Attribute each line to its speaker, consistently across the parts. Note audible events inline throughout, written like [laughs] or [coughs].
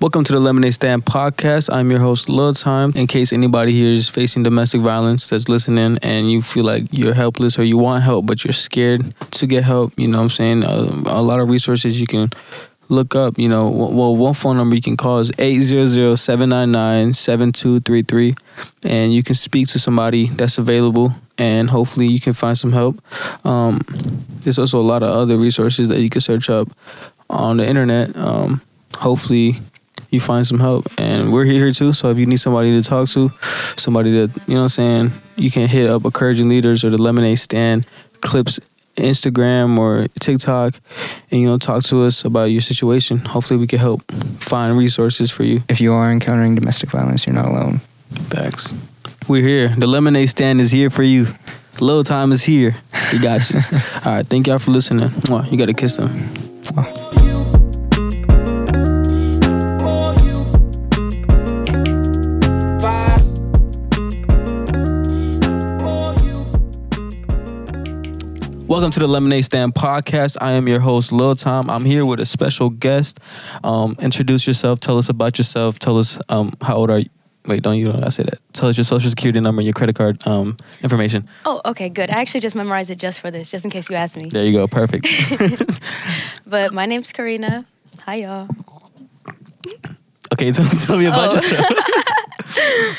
Speaker 1: Welcome to the Lemonade Stand podcast. I'm your host, Lil Time. In case anybody here is facing domestic violence that's listening and you feel like you're helpless or you want help but you're scared to get help, you know what I'm saying? Uh, a lot of resources you can look up, you know, w- well, one phone number you can call is 800-799-7233 and you can speak to somebody that's available and hopefully you can find some help. Um, there's also a lot of other resources that you can search up on the internet. Um, hopefully you find some help and we're here too. So if you need somebody to talk to, somebody that, you know what I'm saying, you can hit up Encouraging Leaders or the Lemonade Stand Clips Instagram or TikTok and you know talk to us about your situation. Hopefully we can help find resources for you.
Speaker 2: If you are encountering domestic violence, you're not alone.
Speaker 1: Facts. We're here. The lemonade stand is here for you. Low time is here. We got you. All right, thank y'all for listening. Mwah. You gotta kiss them. Welcome to the Lemonade Stand podcast. I am your host, Lil Tom. I'm here with a special guest. Um, introduce yourself. Tell us about yourself. Tell us um, how old are you. Wait, don't you? I say that. Tell us your social security number and your credit card um, information.
Speaker 3: Oh, okay, good. I actually just memorized it just for this, just in case you asked me.
Speaker 1: There you go.
Speaker 3: [laughs]
Speaker 1: Perfect.
Speaker 3: But my name's Karina. Hi, y'all.
Speaker 1: okay, tell, tell me about
Speaker 3: Oh.
Speaker 1: yourself.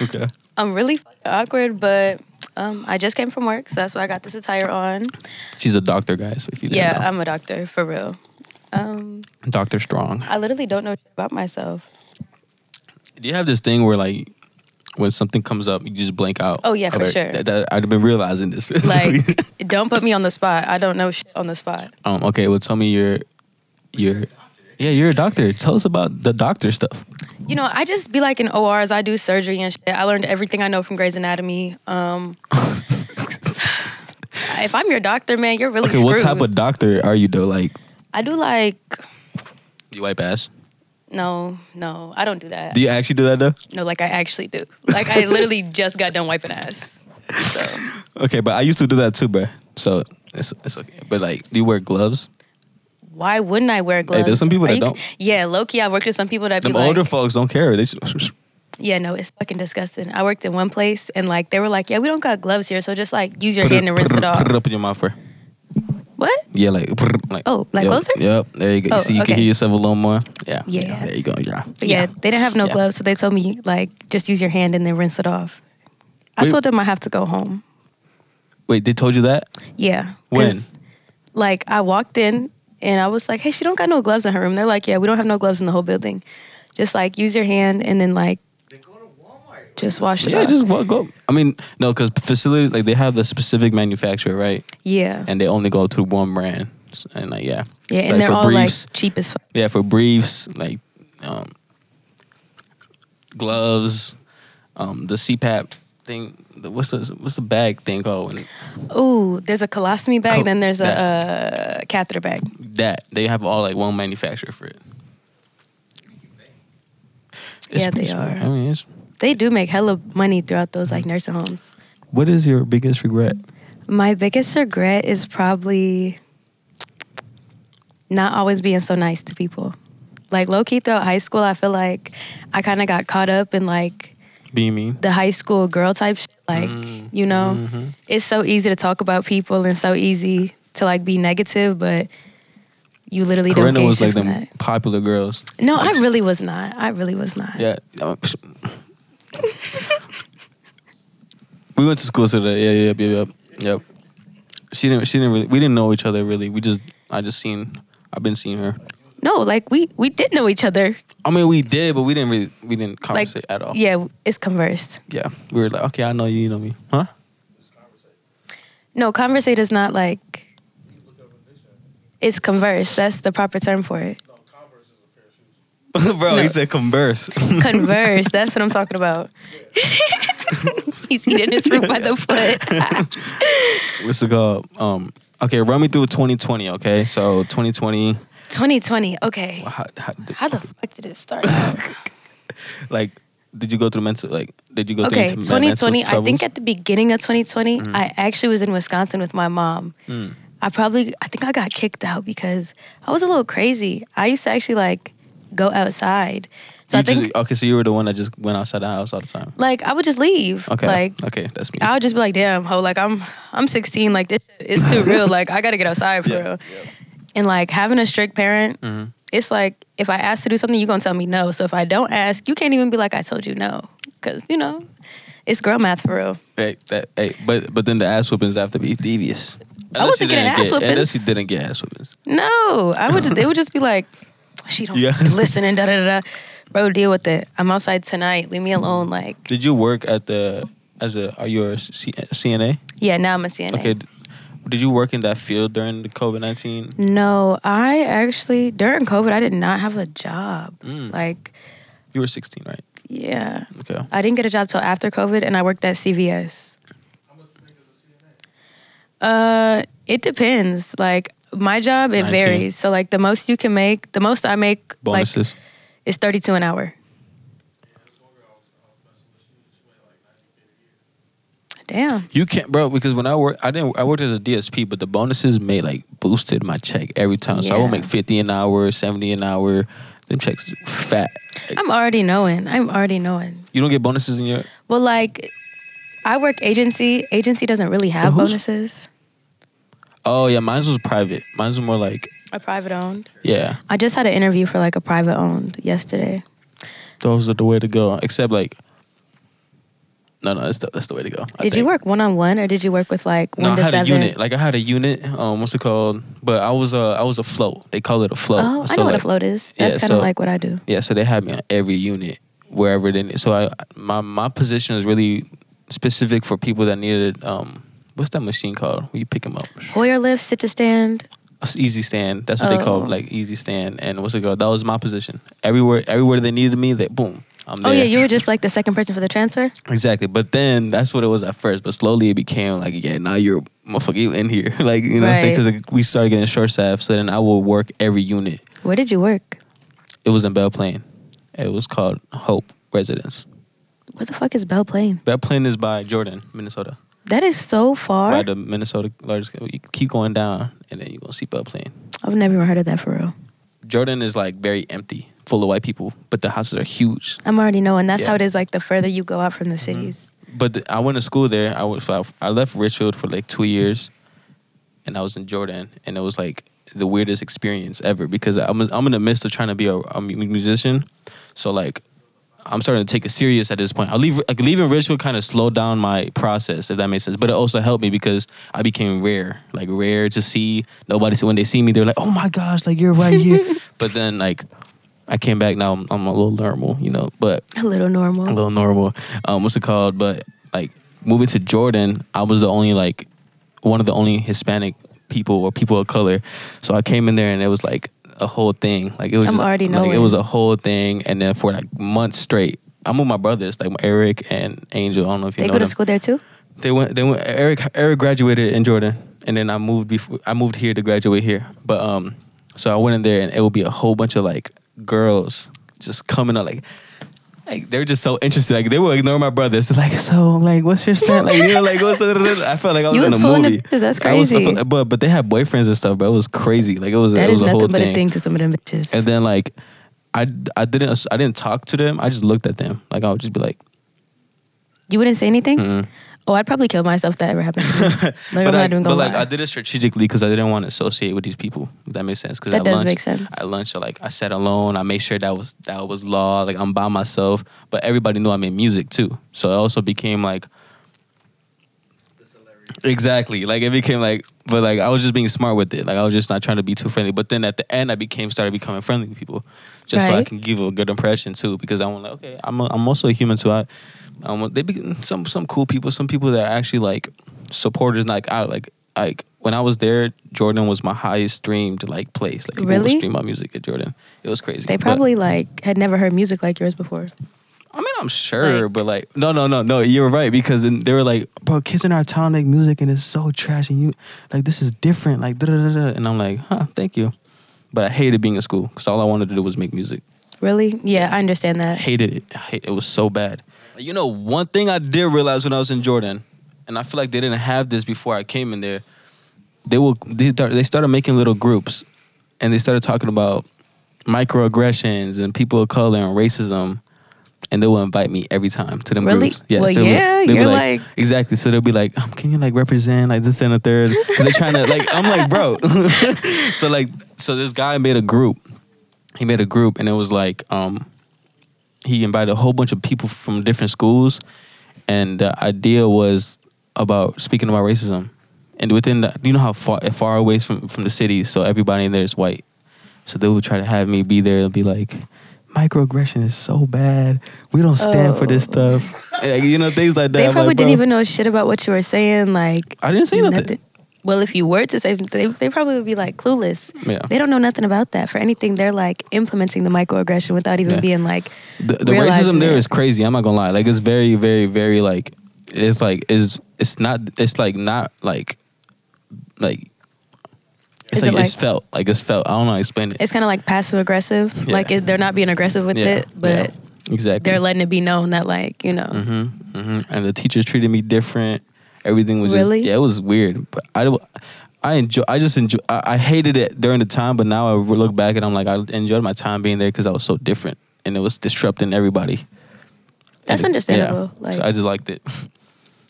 Speaker 3: [laughs]
Speaker 1: okay.
Speaker 3: I'm really fucking awkward, but um, I just came from work, so that's why I got this attire on.
Speaker 1: She's a doctor, guys. If you didn't
Speaker 3: Yeah,
Speaker 1: know.
Speaker 3: I'm a doctor for real. Um,
Speaker 1: Doctor Strong.
Speaker 3: I literally don't know shit about
Speaker 1: [laughs]
Speaker 3: myself.
Speaker 1: Do you have this thing where like when something comes up, you just blank out?
Speaker 3: Oh, yeah, for
Speaker 1: About-
Speaker 3: sure.
Speaker 1: that- that- I've been realizing this. [laughs]
Speaker 3: Like, don't put me on the spot. I don't know shit on the spot.
Speaker 1: um, okay, well, tell me your your yeah, you're a doctor. Tell us about the doctor stuff.
Speaker 3: You know, I just be like in ORs. I do surgery and shit. I learned everything I know from Grey's Anatomy.
Speaker 1: [laughs]
Speaker 3: Um, if I'm your doctor, man, you're really
Speaker 1: Okay,
Speaker 3: screwed.
Speaker 1: what type of doctor are you though? Like,
Speaker 3: I do like
Speaker 1: you wipe ass?
Speaker 3: no, no, I don't do that.
Speaker 1: Do you actually do that though?
Speaker 3: No, like I actually do. Like I [laughs] literally just got done wiping ass. So
Speaker 1: Okay, but I used to do that too, bro. So it's it's okay. But like, do you wear gloves?
Speaker 3: [laughs] why wouldn't I wear gloves?
Speaker 1: there's some people
Speaker 3: Are
Speaker 1: that
Speaker 3: you-
Speaker 1: don't.
Speaker 3: Yeah, Loki, I worked with some people that be
Speaker 1: Them
Speaker 3: like,
Speaker 1: older folks don't care. They just,
Speaker 3: yeah, no, it's fucking disgusting. I worked in one place and like they were like, yeah, we don't got gloves here, so just like use your
Speaker 1: put, it,
Speaker 3: hand and rinse
Speaker 1: put
Speaker 3: it
Speaker 1: it-
Speaker 3: off.
Speaker 1: put it up in your mouth for.
Speaker 3: What?
Speaker 1: Yeah, like, like
Speaker 3: Oh, like
Speaker 1: yep,
Speaker 3: closer?
Speaker 1: Yep. There you go.
Speaker 3: Oh,
Speaker 1: See, you can
Speaker 3: okay.
Speaker 1: hear yourself a little more. Yeah.
Speaker 3: Yeah.
Speaker 1: There you go. Yeah.
Speaker 3: But yeah, they didn't have no
Speaker 1: Yeah.
Speaker 3: gloves, so they told me like just use your hand and then rinse it off. I
Speaker 1: Wait.
Speaker 3: told them I have to go home.
Speaker 1: Wait, they told you that?
Speaker 3: Yeah.
Speaker 1: When?
Speaker 3: 'cause, Like I walked in and I was like, "Hey, she don't got no gloves in her room." They're like, "Yeah, we don't have no gloves in the whole building. Just like use your hand and then like just wash it
Speaker 1: Yeah,
Speaker 3: off."
Speaker 1: just walk up. I mean, no, because facilities like they have the specific manufacturer, right?
Speaker 3: yeah.
Speaker 1: And they only go to one brand, S- and like yeah,
Speaker 3: yeah, and
Speaker 1: like,
Speaker 3: they're
Speaker 1: for
Speaker 3: all
Speaker 1: briefs,
Speaker 3: like cheap as fuck.
Speaker 1: yeah, for briefs, like um, gloves, um, the CPAP thing. The, what's the what's the bag thing called? When,
Speaker 3: Ooh, there's a colostomy bag,
Speaker 1: Col-
Speaker 3: then there's a
Speaker 1: that.
Speaker 3: uh, catheter bag.
Speaker 1: that they have all like one manufacturer for it.
Speaker 3: Yeah, they
Speaker 1: it's-
Speaker 3: are.
Speaker 1: I mean, it's,
Speaker 3: They do make hella money throughout those like nursing homes.
Speaker 1: what is your biggest regret?
Speaker 3: My biggest regret is probably not always being so nice to people. Like low key throughout high school, I feel like I kind of got caught up in like
Speaker 1: Be mean.
Speaker 3: the high school girl type shit. Like,
Speaker 1: Mm.
Speaker 3: you know,
Speaker 1: Mm-hmm.
Speaker 3: it's so easy to talk about people and so easy to like be negative, but you literally don't
Speaker 1: Corinna
Speaker 3: get
Speaker 1: was
Speaker 3: shit
Speaker 1: like
Speaker 3: from
Speaker 1: them
Speaker 3: that.
Speaker 1: popular girls.
Speaker 3: No, I
Speaker 1: Like,
Speaker 3: really was not. I really was not.
Speaker 1: Yeah. we went to school today. Yeah, yeah, yeah, yeah. Yep. She didn't. She didn't really. We didn't know each other really. We just. I just seen. I've been seeing her.
Speaker 3: No, like we we did know each other.
Speaker 1: I mean, we did, but we didn't really. We didn't
Speaker 3: Like
Speaker 1: conversate at all.
Speaker 3: Yeah, it's conversed.
Speaker 1: Yeah. We were like, okay, I know you. You know me, huh? [laughs]
Speaker 3: No, conversate is not like. It's converse. That's the proper term for
Speaker 1: [laughs]
Speaker 3: it.
Speaker 1: Bro, he
Speaker 3: No.
Speaker 1: said converse. [laughs]
Speaker 3: Converse. that's what I'm talking about. He's eating his fruit
Speaker 1: [laughs]
Speaker 3: by the foot. [laughs]
Speaker 1: What's it called? Um. Okay, run me through 2020. Okay, so 2020.
Speaker 3: 2020. Okay.
Speaker 1: How, how, did,
Speaker 3: How the fuck did
Speaker 1: [laughs]
Speaker 3: it start? out?
Speaker 1: like, did you go through mental? Like, did you go
Speaker 3: okay,
Speaker 1: through mental
Speaker 3: 2020. I
Speaker 1: troubles? Mm.
Speaker 3: think at the beginning of 2020, I actually was in Wisconsin with my mom. I probably, I think I got kicked out because I was a little crazy. I used to actually like go outside. So
Speaker 1: you
Speaker 3: I think
Speaker 1: just, okay, so you were the one that just went outside the house all the time.
Speaker 3: like I would just leave.
Speaker 1: Okay,
Speaker 3: Like
Speaker 1: okay, that's me.
Speaker 3: I would just be like, damn, ho, like I'm I'm 16, like this shit is too real. Like I gotta get outside for
Speaker 1: Yeah,
Speaker 3: real. And like having a strict parent,
Speaker 1: Mhm.
Speaker 3: it's like if I ask to do something, you're gonna tell me no. So if I don't ask, you can't even be like, I told you no. Cause you know, it's girl math for real.
Speaker 1: Hey, that, hey, but but then the ass whoopings have to be devious.
Speaker 3: I wasn't
Speaker 1: you
Speaker 3: getting
Speaker 1: didn't
Speaker 3: ass
Speaker 1: get- Unless
Speaker 3: whoopings.
Speaker 1: you didn't get ass whoopings.
Speaker 3: No. I would it would just be like, she don't
Speaker 1: Yeah.
Speaker 3: fucking listen and da da da da. Bro, deal with it. I'm outside tonight. Leave me alone. Like,
Speaker 1: Did you work at the as a are you a C, CNA?
Speaker 3: yeah, now I'm a CNA.
Speaker 1: Okay. d- Did you work in that field during the COVID nineteen?
Speaker 3: Mm. No, I actually during COVID I did not have a job.
Speaker 1: Mm.
Speaker 3: Like,
Speaker 1: You were sixteen, right?
Speaker 3: yeah.
Speaker 1: Okay.
Speaker 3: I didn't get a job till after COVID, and I worked at CVS. Uh, it depends. Like my job, it
Speaker 1: 19.
Speaker 3: varies. So like the most you can make, the most I make, like
Speaker 1: Bonuses.
Speaker 3: is thirty two an hour. Damn.
Speaker 1: you can't, bro, because when I worked, I didn't. I worked as a DSP, but the bonuses made like boosted my check every time. So I
Speaker 3: Yeah.
Speaker 1: would make fifty an hour, seventy an hour. Them checks fat.
Speaker 3: I'm already knowing. I'm already knowing.
Speaker 1: You don't get bonuses in your.
Speaker 3: Well, like, I work agency. Agency doesn't really have
Speaker 1: Who's-
Speaker 3: bonuses.
Speaker 1: Oh yeah, mine was private. Mine's more like
Speaker 3: A private owned.
Speaker 1: yeah.
Speaker 3: I just had an interview for like a private owned yesterday.
Speaker 1: Those are the way to go. Except like, no, no, that's the, that's the way to go. I
Speaker 3: did you
Speaker 1: think.
Speaker 3: work one on one or did you work with like
Speaker 1: No,
Speaker 3: one
Speaker 1: I
Speaker 3: to
Speaker 1: had a
Speaker 3: seven?
Speaker 1: unit. Like I had a unit. Um, what's it called? But I was uh, I was a float. They call it a float.
Speaker 3: oh, I know what a float is.
Speaker 1: yeah,
Speaker 3: That's kind of
Speaker 1: so-
Speaker 3: like what I do.
Speaker 1: Yeah, so they had me on every unit wherever they. Need. So I my my position is really specific for people that needed um. What's that machine called? Where you pick them up?
Speaker 3: Hoyer lift, sit to stand.
Speaker 1: It's Easy stand. That's what they call
Speaker 3: Oh.
Speaker 1: like easy stand. And what's it called? That was my position. Everywhere, everywhere they needed me, they boom. I'm there.
Speaker 3: Oh yeah, you were just like the second person for the transfer.
Speaker 1: [clears throat] Exactly. But then that's what it was at first. But slowly it became like, yeah, now you're a motherfucker, you in here. [laughs] Like, you know what I'm saying?
Speaker 3: Right.
Speaker 1: Because we started getting short staff. So then I would work every unit.
Speaker 3: Where did you work?
Speaker 1: It was in Bell Plain. It was called Hope Residence.
Speaker 3: What the fuck is Bell Plain?
Speaker 1: Bell Plain is by Jordan, Minnesota.
Speaker 3: That is so far.
Speaker 1: By the Minnesota largest. You keep going down and then you're going to see Bell Plain.
Speaker 3: I've never even heard of that for real.
Speaker 1: Jordan is like very empty, full of white people, but the houses are huge.
Speaker 3: I'm already knowing. That's
Speaker 1: Yeah. Mm-hmm.
Speaker 3: how it is. Like the further you go out from the cities.
Speaker 1: But th- I went to school there. I was I I left Richfield for like two years, and I was in Jordan, and it was like the weirdest experience ever because I'm I'm in the midst of trying to be a, a mu- musician, so like I'm starting to take it serious at this point. I leave like leaving Richfield kind of slowed down my process if that makes sense, but it also helped me because I became rare, like rare to see nobody. So when they see me, they're like, "Oh my gosh, like you're right here," but then like. I came back now. I'm, I'm a little normal, you know. But
Speaker 3: A little normal.
Speaker 1: a little normal. Um, what's it called? But like moving to Jordan, I was the only like one of the only Hispanic people or people of color. So I came in there and it was like a whole thing. Like it was
Speaker 3: I'm
Speaker 1: just,
Speaker 3: already
Speaker 1: like it
Speaker 3: knowing.
Speaker 1: was a whole thing. And then for like months straight, I'm with my brothers, like Eric and Angel. I don't know if you
Speaker 3: they
Speaker 1: know
Speaker 3: go
Speaker 1: them.
Speaker 3: to school there too.
Speaker 1: They went. They went. Eric. Eric graduated in Jordan, and then I moved before I moved here to graduate here. But um, so I went in there, and it would be a whole bunch of like girls just coming up like. Like they were just so interested. Like they would ignore my brothers. They're like, so like, what's your stat? Like you know, like what's the? I felt like I was,
Speaker 3: You was
Speaker 1: in a
Speaker 3: pulling the
Speaker 1: movie.
Speaker 3: bitches, that's
Speaker 1: I was- I
Speaker 3: crazy.
Speaker 1: felt- but but they had boyfriends and stuff. But it was crazy. Like it was
Speaker 3: That
Speaker 1: it was
Speaker 3: is
Speaker 1: a whole
Speaker 3: nothing but
Speaker 1: thing.
Speaker 3: a thing to some of them bitches.
Speaker 1: And then like, I I didn't I didn't talk to them. I just looked at them. Like I would just be like,
Speaker 3: you wouldn't say anything.
Speaker 1: mm.
Speaker 3: Oh, I'd probably kill myself if that
Speaker 1: [laughs]
Speaker 3: ever happened. To me. like I'm
Speaker 1: but
Speaker 3: not
Speaker 1: I,
Speaker 3: even
Speaker 1: but
Speaker 3: gonna
Speaker 1: like
Speaker 3: lie.
Speaker 1: I did it strategically because I didn't want to associate with these people. If that makes sense. 'Cause
Speaker 3: That
Speaker 1: at
Speaker 3: does
Speaker 1: lunch,
Speaker 3: make sense.
Speaker 1: At lunch, like I sat alone. I made sure that was that was law. Like I'm by myself, but everybody knew I made music too. So it also became like. Exactly. Like it became like, but like I was just being smart with it. Like I was just not trying to be too friendly. But then at the end, I became started becoming friendly with people, just so I
Speaker 3: Right.
Speaker 1: can give a good impression too. Because I want like, okay, I'm a, I'm also a human too. I, um, they be some some cool people, some people that are actually like supporters. Like I like like when I was there, Jordan was my highest streamed like place. Like people would
Speaker 3: Really?
Speaker 1: stream my music at Jordan. It was crazy.
Speaker 3: They
Speaker 1: But-
Speaker 3: probably like had never heard music like yours before.
Speaker 1: I mean, I'm sure,
Speaker 3: Like-
Speaker 1: but like, no, no, no, no. You're right because then they were like, "Bro, kids in our town make music and it's so trash, and you like this is different." Like, da da da. da. And I'm like, "Huh, thank you," but I hated being in school because all I wanted to do was make music.
Speaker 3: Really? Yeah, I understand that.
Speaker 1: Hated it. I hate, it was so bad. You know, one thing I did realize when I was in Jordan, and I feel like they didn't have this before I came in there. They will. They start, they started making little groups, and they started talking about microaggressions and people of color and racism, and they will invite me every time to them
Speaker 3: Really?
Speaker 1: groups. Yes,
Speaker 3: Well,
Speaker 1: they will-
Speaker 3: yeah,
Speaker 1: they will,
Speaker 3: you're like-
Speaker 1: exactly. So they'll be like, um, "Can you like represent like this and a third? Because they're trying to like. I'm like, bro. [laughs] so like, so this guy made a group. He made a group, and it was like, um, he invited a whole bunch of people from different schools, and the idea was about speaking about racism. And within the, you know how far far away is from from the city, so everybody in there is white. So they would try to have me be there and be like, microaggression is so bad. We don't stand for this
Speaker 3: Oh.
Speaker 1: stuff. [laughs] And, like, you know, things like that.
Speaker 3: They
Speaker 1: I'm
Speaker 3: probably
Speaker 1: like,
Speaker 3: didn't
Speaker 1: bro,
Speaker 3: even know shit about what you were saying. Like
Speaker 1: I didn't say nothing.
Speaker 3: Well, if you were to say, they, they probably would be like clueless.
Speaker 1: Yeah.
Speaker 3: They don't know nothing about that. For anything, they're like implementing the microaggression without even
Speaker 1: Yeah.
Speaker 3: being like.
Speaker 1: the, the
Speaker 3: realizing
Speaker 1: racism there
Speaker 3: it.
Speaker 1: is crazy. I'm not gonna lie. Like it's very, very, very like it's like is it's not it's like not like like it's
Speaker 3: Is
Speaker 1: like,
Speaker 3: it
Speaker 1: it's
Speaker 3: like-
Speaker 1: felt like it's felt. I don't know how to explain it.
Speaker 3: It's kind of like passive aggressive.
Speaker 1: Yeah.
Speaker 3: Like it, they're not being aggressive with
Speaker 1: Yeah,
Speaker 3: it, but
Speaker 1: yeah, exactly.
Speaker 3: they're letting it be known that like you know.
Speaker 1: hmm hmm And the teachers treated me different. Everything was just-
Speaker 3: Really?
Speaker 1: yeah, it was weird. But I, I enjoy. I just enjoy. I, I hated it during the time, but now I look back and I'm like, I enjoyed my time being there because I was so different and it was disrupting everybody. And
Speaker 3: That's
Speaker 1: it-
Speaker 3: understandable,
Speaker 1: Yeah.
Speaker 3: like-
Speaker 1: so I just liked it. [laughs]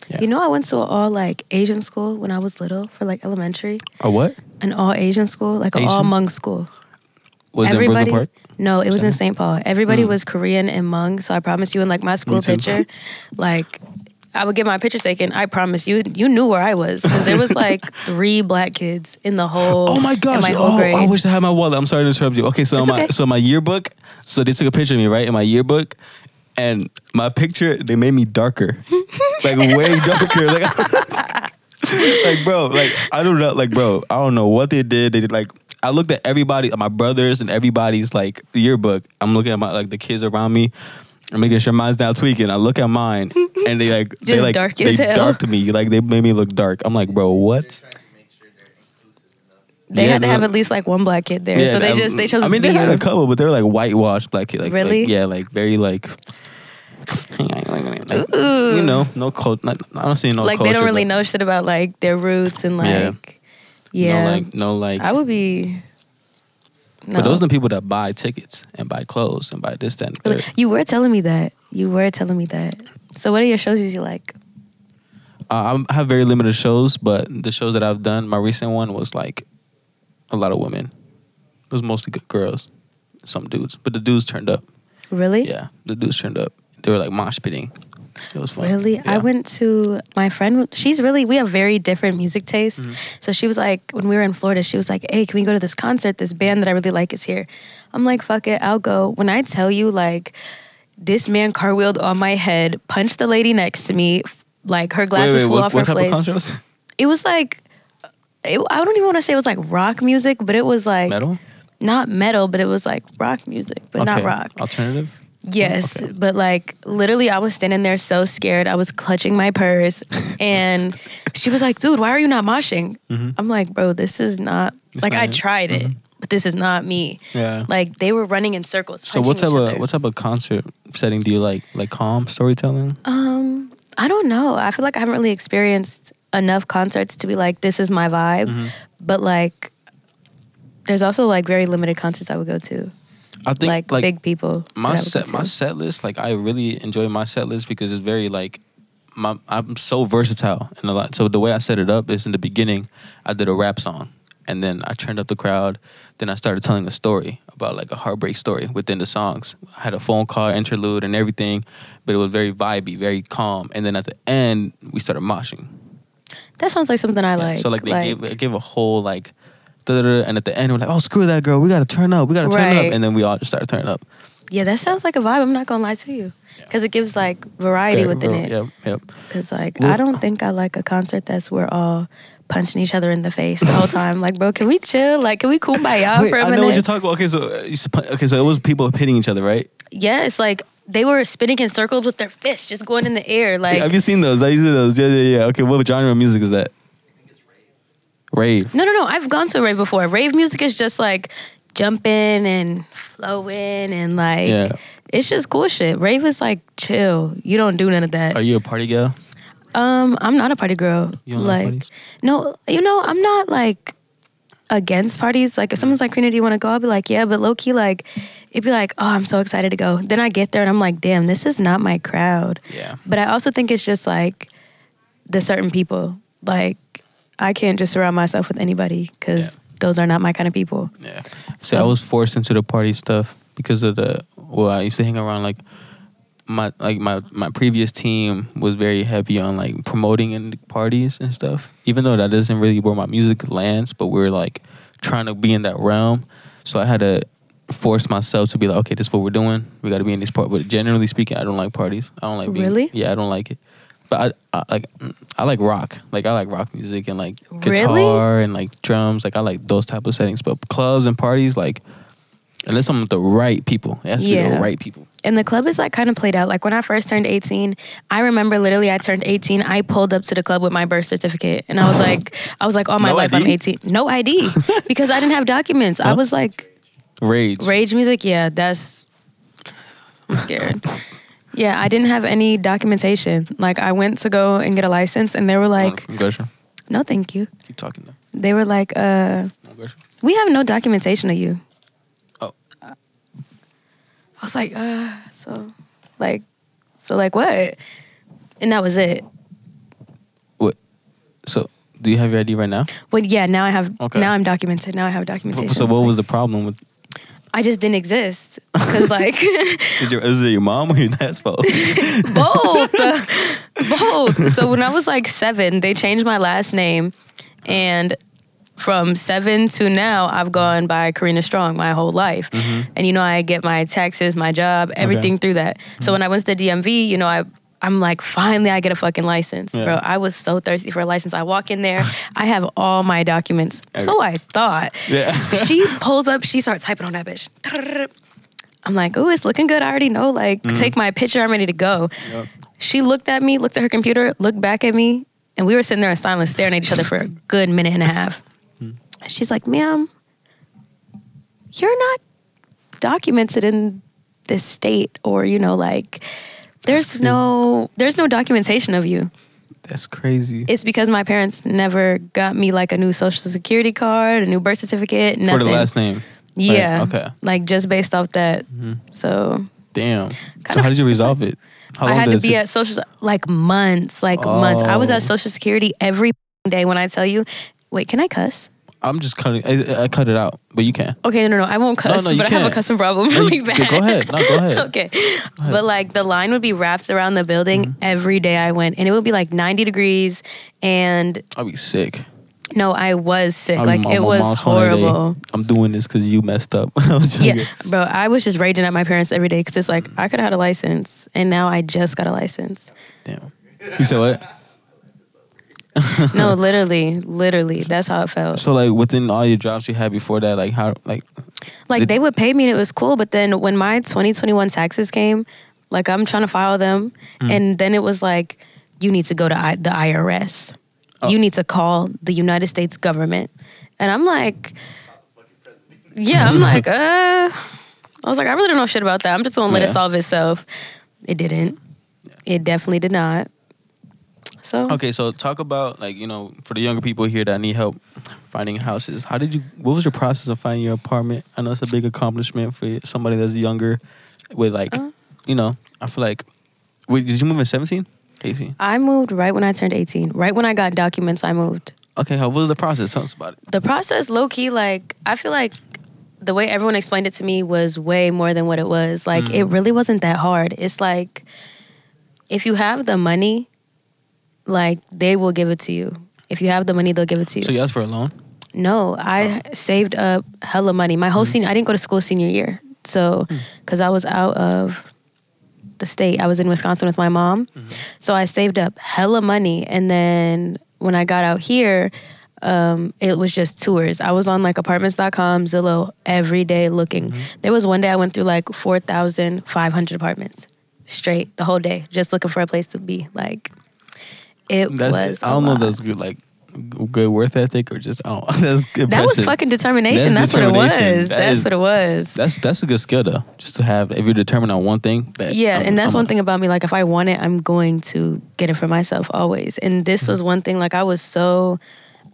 Speaker 1: Yeah.
Speaker 3: You know, I went to an all like Asian school when I was little for like elementary.
Speaker 1: A what?
Speaker 3: An all Asian school, like an all
Speaker 1: Asian?
Speaker 3: Hmong school.
Speaker 1: Was it in Brooklyn Park?
Speaker 3: No, it was in
Speaker 1: Center?
Speaker 3: St. Paul. Everybody
Speaker 1: Mm.
Speaker 3: was Korean and Hmong. So I promise you, in like my school
Speaker 1: too. [laughs]
Speaker 3: picture, like I would get my picture taken. I promise you, you knew where I was 'Cause there was like
Speaker 1: [laughs]
Speaker 3: three black kids in the whole.
Speaker 1: Oh my
Speaker 3: in
Speaker 1: gosh!
Speaker 3: my whole
Speaker 1: oh,
Speaker 3: grade.
Speaker 1: I wish I had my wallet. I'm sorry to interrupt you. Okay, so
Speaker 3: It's
Speaker 1: my
Speaker 3: okay.
Speaker 1: so my yearbook. So they took a picture of me right in my yearbook, and my picture they made me darker, like way darker. Like, [laughs] like bro, like I don't know, like bro, I don't know what they did. They did like. I looked at everybody, my brothers and everybody's like yearbook. I'm looking at my like the kids around me. I'm making sure mine's not tweaking. I look at mine, and they like they
Speaker 3: Just
Speaker 1: like
Speaker 3: dark
Speaker 1: they
Speaker 3: as hell.
Speaker 1: darked me. Like they made me look dark. I'm like, bro, what?
Speaker 3: they
Speaker 1: Yeah,
Speaker 3: had to have
Speaker 1: no.
Speaker 3: at least like one black kid there.
Speaker 1: Yeah,
Speaker 3: so they
Speaker 1: um,
Speaker 3: just they chose.
Speaker 1: I mean,
Speaker 3: to
Speaker 1: they
Speaker 3: be
Speaker 1: had a
Speaker 3: you.
Speaker 1: couple, but they were like whitewashed black kid. Like, like,
Speaker 3: Really?
Speaker 1: yeah, like very like. [laughs] like,
Speaker 3: Ooh.
Speaker 1: you know, no cult. Not, I don't see no
Speaker 3: like
Speaker 1: culture.
Speaker 3: they don't really
Speaker 1: but
Speaker 3: know shit about like their roots and
Speaker 1: Yeah.
Speaker 3: like yeah.
Speaker 1: No, like, no, like.
Speaker 3: I would be. No.
Speaker 1: But those are the people that buy tickets and buy clothes and buy this, that, and the
Speaker 3: Really?
Speaker 1: third.
Speaker 3: You were telling me that. You were telling me that. So what are your shows you like?
Speaker 1: Uh, I'm- I have very limited shows, but the shows that I've done, my recent one was like a lot of women. It was mostly good girls, some dudes, but the dudes turned up.
Speaker 3: Really?
Speaker 1: Yeah, the dudes turned up. They were like mosh pitting. It was fun.
Speaker 3: Really? I
Speaker 1: Yeah.
Speaker 3: went to my friend. She's really, we have very different music tastes.
Speaker 1: Mm-hmm.
Speaker 3: So she was like, when we were in Florida, she was like, hey, can we go to this concert? This band that I really like is here. I'm like, fuck it, I'll go. When I tell you, like, this man car wheeled on my head, punched the lady next to me, f- like, her
Speaker 1: Wait,
Speaker 3: glasses
Speaker 1: wait,
Speaker 3: flew
Speaker 1: what,
Speaker 3: off
Speaker 1: what
Speaker 3: her
Speaker 1: type
Speaker 3: face.
Speaker 1: of concert was?
Speaker 3: It was like, it, I don't even want to say it was like rock music, but it was like,
Speaker 1: Metal.
Speaker 3: not metal, but it was like rock music, but not
Speaker 1: Okay.
Speaker 3: rock.
Speaker 1: Alternative.
Speaker 3: Yes, but like literally, I was standing there so scared. I was clutching
Speaker 1: [laughs]
Speaker 3: my purse, and she was like, "Dude, why are you not moshing?" I'm like, "Bro, this is not
Speaker 1: Mm-hmm. It's
Speaker 3: like
Speaker 1: not
Speaker 3: I
Speaker 1: it. Mm-hmm.
Speaker 3: tried it, but this is not me."
Speaker 1: Yeah.
Speaker 3: Like they were running in circles.
Speaker 1: so what
Speaker 3: punching
Speaker 1: type
Speaker 3: each
Speaker 1: of
Speaker 3: other.
Speaker 1: what type of concert setting do you like? Like calm storytelling?
Speaker 3: Um, I don't know. I feel like I haven't really experienced enough concerts to be like, "This is my vibe,"
Speaker 1: Mm-hmm.
Speaker 3: but like, there's also like very limited concerts I would go to,
Speaker 1: I think
Speaker 3: like,
Speaker 1: like,
Speaker 3: big people. that I
Speaker 1: my
Speaker 3: would go
Speaker 1: set my
Speaker 3: to.
Speaker 1: set list. Like I really enjoy my set list because it's very like my I'm so versatile and a lot. So the way I set it up is in the beginning I did a rap song and then I turned up the crowd. Then I started telling a story about like a heartbreak story within the songs. I had a phone call interlude and everything, but it was very vibey, very calm. And then at the end we started moshing.
Speaker 3: That sounds like something I
Speaker 1: Yeah,
Speaker 3: like.
Speaker 1: so like they gave it gave a whole like, da, da, da, and at the end we're like, oh screw that girl, we gotta turn up, we gotta turn
Speaker 3: Right.
Speaker 1: up, and then we all just started turning up.
Speaker 3: Yeah, that sounds like a vibe. I'm not gonna lie to you, because it gives like variety
Speaker 1: Yeah,
Speaker 3: within
Speaker 1: bro,
Speaker 3: it.
Speaker 1: Yep, yep.
Speaker 3: Because like I
Speaker 1: Well-
Speaker 3: don't think I like a concert that's we're all punching each other in the face
Speaker 1: [laughs]
Speaker 3: the whole time. Like, bro, can we chill? Like, can we kumbaya
Speaker 1: Wait,
Speaker 3: Oh, for a
Speaker 1: I
Speaker 3: minute?
Speaker 1: know what you're talking about. Okay, so uh, you sp- okay, so it was people hitting each other, right?
Speaker 3: yeah, it's like they were spinning in circles with their fists, just going in the air. Like,
Speaker 1: Have you seen those? I used to those. Yeah, yeah, yeah. Okay, what genre of music is that? Rave.
Speaker 3: no, no, no. I've gone to a rave before. Rave music is just like jumping and flowing and like
Speaker 1: Yeah.
Speaker 3: it's just cool shit. Rave is like chill. You don't do none of that.
Speaker 1: Are you a party girl?
Speaker 3: Um, I'm not a party girl.
Speaker 1: You don't like
Speaker 3: like,
Speaker 1: parties?
Speaker 3: no, you know, I'm not like against parties. Like if someone's like, Karina, do you want to go? I'll be like, yeah, but low key, like, it'd be like, oh, I'm so excited to go. Then I get there and I'm like, damn, this is not my crowd.
Speaker 1: Yeah.
Speaker 3: But I also think it's just like the certain people. Like I can't just surround myself with anybody because those are not my kind of people.
Speaker 1: Yeah. See, I was forced into the party stuff because of the well, I used to hang around like my like my my previous team was very heavy on like promoting in parties and stuff. Even though that isn't really where my music lands, but we're like trying to be in that realm. So I had to force myself to be like, okay, this is what we're doing. We got to be in this part. But generally speaking, I don't like parties. I don't like being,
Speaker 3: Really?
Speaker 1: Yeah, I don't like it. But I, I like I like rock. Like I like rock music and like
Speaker 3: Really?
Speaker 1: guitar and like drums. Like I like those type of settings. But clubs and parties, like unless I'm with the right people, it has to be
Speaker 3: Yeah.
Speaker 1: the right people.
Speaker 3: And the club is like kind of played out. Like when I first turned 18, I remember literally I turned 18. I pulled up to the club with my birth certificate. And
Speaker 1: [laughs]
Speaker 3: I was like, I was like, all my
Speaker 1: No
Speaker 3: life I'm
Speaker 1: ID?
Speaker 3: 18.
Speaker 1: [laughs]
Speaker 3: No ID. because I didn't have documents. I
Speaker 1: Huh?
Speaker 3: was like,
Speaker 1: Rage.
Speaker 3: Rage music, yeah, that's. I'm scared. yeah, I didn't have any documentation. Like, I went to go and get a license, and they were like,
Speaker 1: From Gershon.
Speaker 3: no, thank you.
Speaker 1: Keep talking though.
Speaker 3: They were like, uh,
Speaker 1: From Gershon.
Speaker 3: we have no documentation of you.
Speaker 1: Oh.
Speaker 3: I was like, uh, so, like, so, like, what? And that was it.
Speaker 1: What? So do you have your ID right now?
Speaker 3: Well, yeah, now I have,
Speaker 1: Okay.
Speaker 3: now I'm documented. Now I have documentation.
Speaker 1: So what was the problem with?
Speaker 3: I just didn't exist.
Speaker 1: [laughs]
Speaker 3: Because, like, [laughs]
Speaker 1: Did your, is it your mom or your dad's fault? [laughs]
Speaker 3: both [laughs] both so when i was like seven they changed my last name and from seven to now i've gone by karina strong my whole life and you know i get my taxes my job everything through that so when i went to the dmv you know i I'm like, finally, I get a fucking license,
Speaker 1: Yeah.
Speaker 3: bro. I was so thirsty for a license. I walk in there, I have all my documents. So I thought
Speaker 1: yeah.
Speaker 3: she pulls up, she starts typing on that bitch. I'm like, oh, it's looking good. I already know. Like,
Speaker 1: Mm-hmm.
Speaker 3: take my picture. I'm ready to go. She looked at me, looked at her computer, looked back at me, and we were sitting there in silence, staring at each other for a good minute and a half.
Speaker 1: Mm-hmm.
Speaker 3: She's like, ma'am, you're not documented in this state, or you know, like, there's no, there's no documentation of you.
Speaker 1: That's crazy.
Speaker 3: It's because my parents never got me like a new social security card, a new birth certificate, nothing.
Speaker 1: For the last name. Right,
Speaker 3: Yeah.
Speaker 1: okay. Mm-hmm.
Speaker 3: Like just based off that. So
Speaker 1: Damn. so
Speaker 3: of
Speaker 1: how did you resolve it? How
Speaker 3: I had
Speaker 1: did
Speaker 3: to
Speaker 1: it
Speaker 3: be
Speaker 1: take-
Speaker 3: at social like months, like months. I was
Speaker 1: Oh.
Speaker 3: at Social Security every day when I tell you. Wait, can I cuss?
Speaker 1: I'm just cutting. I, I cut it out, but you can.
Speaker 3: Okay, no, no, no. I won't cuss,
Speaker 1: no, you
Speaker 3: but I have
Speaker 1: can't.
Speaker 3: a cussing problem
Speaker 1: No,
Speaker 3: [laughs] really
Speaker 1: you-
Speaker 3: bad.
Speaker 1: Go ahead. No,
Speaker 3: [laughs]
Speaker 1: go ahead. Mm-hmm.
Speaker 3: okay. But like the line would be wrapped around the building every day I went, and it would be like 90 degrees. And
Speaker 1: I'll be sick.
Speaker 3: no, I was sick.
Speaker 1: I'm-
Speaker 3: like
Speaker 1: I'm
Speaker 3: it
Speaker 1: on
Speaker 3: was
Speaker 1: mom's phone every day.
Speaker 3: horrible.
Speaker 1: I'm doing this because you messed up. [laughs] when I was
Speaker 3: Yeah,
Speaker 1: younger.
Speaker 3: bro, I was just raging at my parents every day because it's like I could have had a license, and now I just got a license.
Speaker 1: Damn. You said what? [laughs]
Speaker 3: No, literally, literally. That's how it felt.
Speaker 1: So like within all your jobs you had before that, like how like
Speaker 3: Like they would pay me and it was cool, but then when my 2021 taxes came, like I'm trying to file them,
Speaker 1: Mm.
Speaker 3: and then it was like, you need to go to I- the IRS.
Speaker 1: Oh.
Speaker 3: You need to call the United States government. And I'm like,
Speaker 1: [laughs]
Speaker 3: yeah, I'm like, uh, I was like, I really don't know shit about that. I'm just gonna let it
Speaker 1: Yeah.
Speaker 3: solve itself. It didn't. It definitely did not. So
Speaker 1: okay, so talk about like you know for the younger people here that need help finding houses. How did you? What was your process of finding your apartment? I know it's a big accomplishment for somebody that's younger. With like
Speaker 3: Uh-huh.
Speaker 1: you know, I feel like wait, did you move in 17? 18.
Speaker 3: I moved right when I turned 18. Right when I got documents, I moved.
Speaker 1: Okay, how what was the process? Tell us about it.
Speaker 3: the process low key like I feel like the way everyone explained it to me was way more than what it was. Like it really wasn't that hard. It's like if you have the money, like they will give it to you. If you have the money, they'll give it to you.
Speaker 1: So you asked for a loan.
Speaker 3: No, I
Speaker 1: Oh.
Speaker 3: saved up hella money. My whole
Speaker 1: Mm-hmm.
Speaker 3: senior, I didn't go to school senior year. So,
Speaker 1: Hmm.
Speaker 3: because I was out of the state, I was in Wisconsin with my mom.
Speaker 1: Mm-hmm.
Speaker 3: So I saved up hella money. And then when I got out here, um, it was just tours. I was on like apartments.com, Zillow every day looking.
Speaker 1: Mm-hmm.
Speaker 3: There was one day I went through like 4,500 apartments straight the whole day, just looking for a place to be. Like, it
Speaker 1: That's
Speaker 3: was.
Speaker 1: I don't know
Speaker 3: a
Speaker 1: if
Speaker 3: lot.
Speaker 1: that's good like g- good worth ethic or just oh [laughs] that's impressive.
Speaker 3: That was fucking determination.
Speaker 1: That's
Speaker 3: That's, what it
Speaker 1: determination.
Speaker 3: was.
Speaker 1: That
Speaker 3: that's
Speaker 1: is-
Speaker 3: what it was.
Speaker 1: That's that's a good skill though. Just to have if you're determined on one thing. bet,
Speaker 3: yeah,
Speaker 1: I'm-
Speaker 3: and that's
Speaker 1: I'm
Speaker 3: one
Speaker 1: a-
Speaker 3: thing about me. Like, if I want
Speaker 1: Mm-hmm.
Speaker 3: it, I'm going to get it for myself always. And this was one thing. Like, I was so,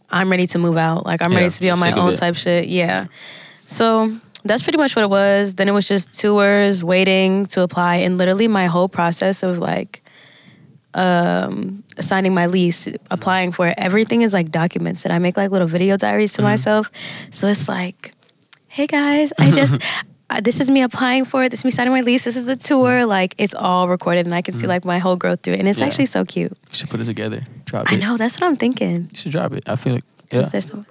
Speaker 3: I'm ready to move out. Like I'm
Speaker 1: Yeah,
Speaker 3: ready to be on my
Speaker 1: sick of
Speaker 3: own
Speaker 1: it.
Speaker 3: type shit. Yeah. So that's pretty much what it was. Then it was just tours, waiting to apply, and literally my whole process of like um signing my lease, applying for it, everything is like documents. And I make like little video diaries to
Speaker 1: Mm-hmm.
Speaker 3: myself. So it's like, hey guys,
Speaker 1: [laughs]
Speaker 3: I just uh, this is me applying for it. This is me signing my lease. This is the tour. Like it's all recorded, and I can see like my whole growth through it. And it's
Speaker 1: Mm-hmm. Yeah.
Speaker 3: actually so cute.
Speaker 1: You should put it together. Drop
Speaker 3: I
Speaker 1: it.
Speaker 3: know that's what I'm thinking.
Speaker 1: You should drop it. I feel like yeah.
Speaker 3: Is there some-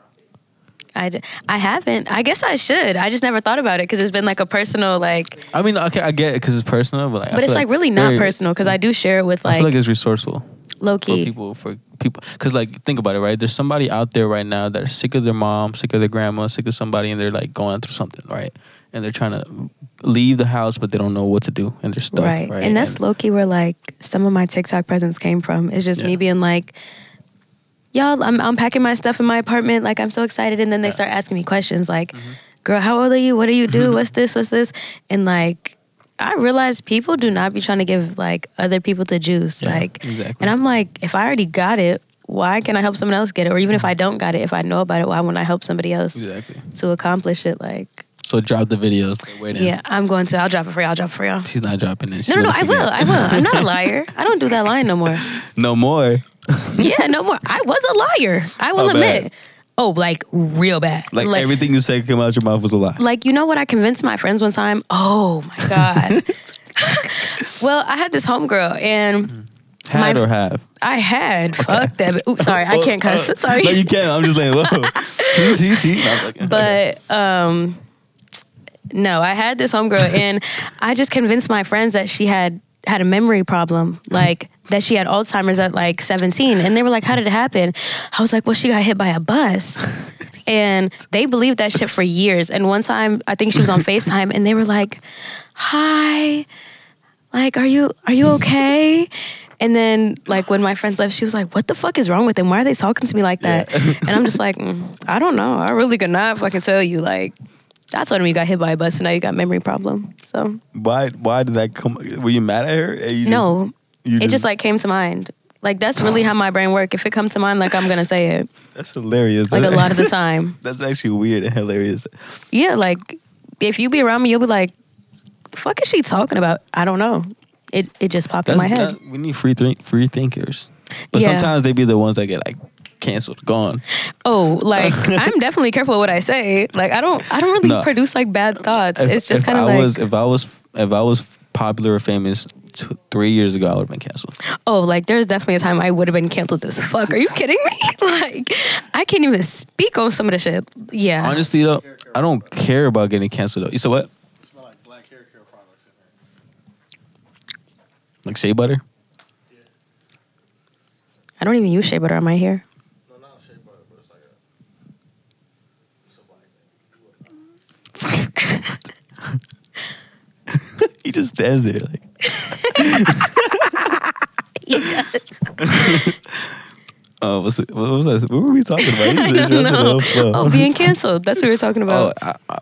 Speaker 3: I, d- I haven't. I guess I should. I just never thought about it because it's been like a personal like,
Speaker 1: I mean, okay, I get it because it's personal, but like, I
Speaker 3: but it's
Speaker 1: feel
Speaker 3: like, really not
Speaker 1: very-
Speaker 3: personal because I do share it with
Speaker 1: I
Speaker 3: like,
Speaker 1: feel like it's resourceful
Speaker 3: low
Speaker 1: for
Speaker 3: key.
Speaker 1: people for people because like think about it, right? There's somebody out there right now that's sick of their mom, sick of their grandma, sick of somebody, and they're like going through something, right? And they're trying to leave the house, but they don't know what to do, and they're stuck,
Speaker 3: right.
Speaker 1: right?
Speaker 3: And that's low key where like some of my TikTok presence came from. It's just
Speaker 1: Yeah.
Speaker 3: me being like, y'all, I'm, I'm packing my stuff in my apartment. Like, I'm so excited. And then they
Speaker 1: Yeah. Mm-hmm.
Speaker 3: start asking me questions like, girl, how old are you? What do
Speaker 1: [laughs]
Speaker 3: you do? What's this? What's this? And like, I realized people do not be trying to give like other people the juice.
Speaker 1: Yeah,
Speaker 3: like,
Speaker 1: exactly.
Speaker 3: and I'm like, if I already got it, why can I help someone else get it? Or even if
Speaker 1: Mm-hmm.
Speaker 3: I don't got it, if I know about it, why wouldn't I help somebody else
Speaker 1: exactly.
Speaker 3: to accomplish it? Like,
Speaker 1: So drop the videos. Like, wait in.
Speaker 3: yeah, I'm going to. I'll drop it for y'all. I'll drop it for y'all.
Speaker 1: she's not dropping it. She's
Speaker 3: No, no, no,
Speaker 1: gonna
Speaker 3: I
Speaker 1: figure
Speaker 3: will.
Speaker 1: it out.
Speaker 3: I will. I'm
Speaker 1: [laughs]
Speaker 3: not a liar. I don't do that lying no more.
Speaker 1: No more.
Speaker 3: Yeah, no more. I was a liar. I will
Speaker 1: How bad?
Speaker 3: admit. Oh, like real bad.
Speaker 1: Like, everything you said came out your mouth was a lie.
Speaker 3: like you know what I convinced my friends one time? Oh
Speaker 1: [laughs]
Speaker 3: my god. well, I had this homegirl and
Speaker 1: Had
Speaker 3: my-
Speaker 1: or have.
Speaker 3: I had fuck that. bi- Oops, sorry, I
Speaker 1: Oh,
Speaker 3: can't cuss.
Speaker 1: oh.
Speaker 3: sorry.
Speaker 1: No, you can't. I'm just
Speaker 3: [laughs]
Speaker 1: like, whoa. T, T, T. I was like, okay.
Speaker 3: but um no i had this homegirl and i just convinced my friends that she had had a memory problem like that she had alzheimer's at like 17 and they were like how did it happen i was like well she got hit by a bus and they believed that shit for years and one time i think she was on facetime and they were like hi like are you are you okay and then like when my friends left she was like what the fuck is wrong with them why are they talking to me like that
Speaker 1: [laughs]
Speaker 3: and i'm just like mm, i don't know i really could not fucking tell you like I told him you got hit by a bus and now you got memory problem so
Speaker 1: why? Why did that come? Were you mad at her? And you
Speaker 3: no
Speaker 1: you
Speaker 3: it just like came to mind like that's really how my brain work if it comes to mind like i'm gonna say it
Speaker 1: that's hilarious.
Speaker 3: like a
Speaker 1: That's-
Speaker 3: lot
Speaker 1: [laughs]
Speaker 3: of the time
Speaker 1: That's actually weird and hilarious.
Speaker 3: yeah like if you be around me you'll be like fuck is she talking about i don't know it, it just popped
Speaker 1: That's
Speaker 3: in my head
Speaker 1: that- we need free think, free thinkers, but
Speaker 3: Yeah.
Speaker 1: sometimes they be the ones that get like canceled, gone.
Speaker 3: Oh,
Speaker 1: [laughs]
Speaker 3: like I'm definitely careful what I say. Like I don't, I don't really
Speaker 1: No.
Speaker 3: produce like bad thoughts.
Speaker 1: If-
Speaker 3: it's just
Speaker 1: if
Speaker 3: kind of
Speaker 1: I
Speaker 3: like,
Speaker 1: was, if I was if I was popular or famous two, three years ago, I would have been canceled.
Speaker 3: oh, like there's definitely a time I would have been canceled. This fuck, are you kidding me? [laughs] like I can't even speak on some of the shit. Yeah,
Speaker 1: Honestly though, I don't care about getting canceled though. You said what?
Speaker 4: smell like black hair care products in there.
Speaker 1: Like shea butter?
Speaker 3: I don't even use shea butter on my hair. [laughs]
Speaker 4: No, not shea butter, but it's like a. It's a black thing.
Speaker 1: He just stands there like. Uh, what's it, what was that? What were we talking
Speaker 3: [laughs]
Speaker 1: about?
Speaker 3: I don't know. Oh, being canceled. That's what we were talking
Speaker 1: Oh,
Speaker 3: about.
Speaker 1: I, I,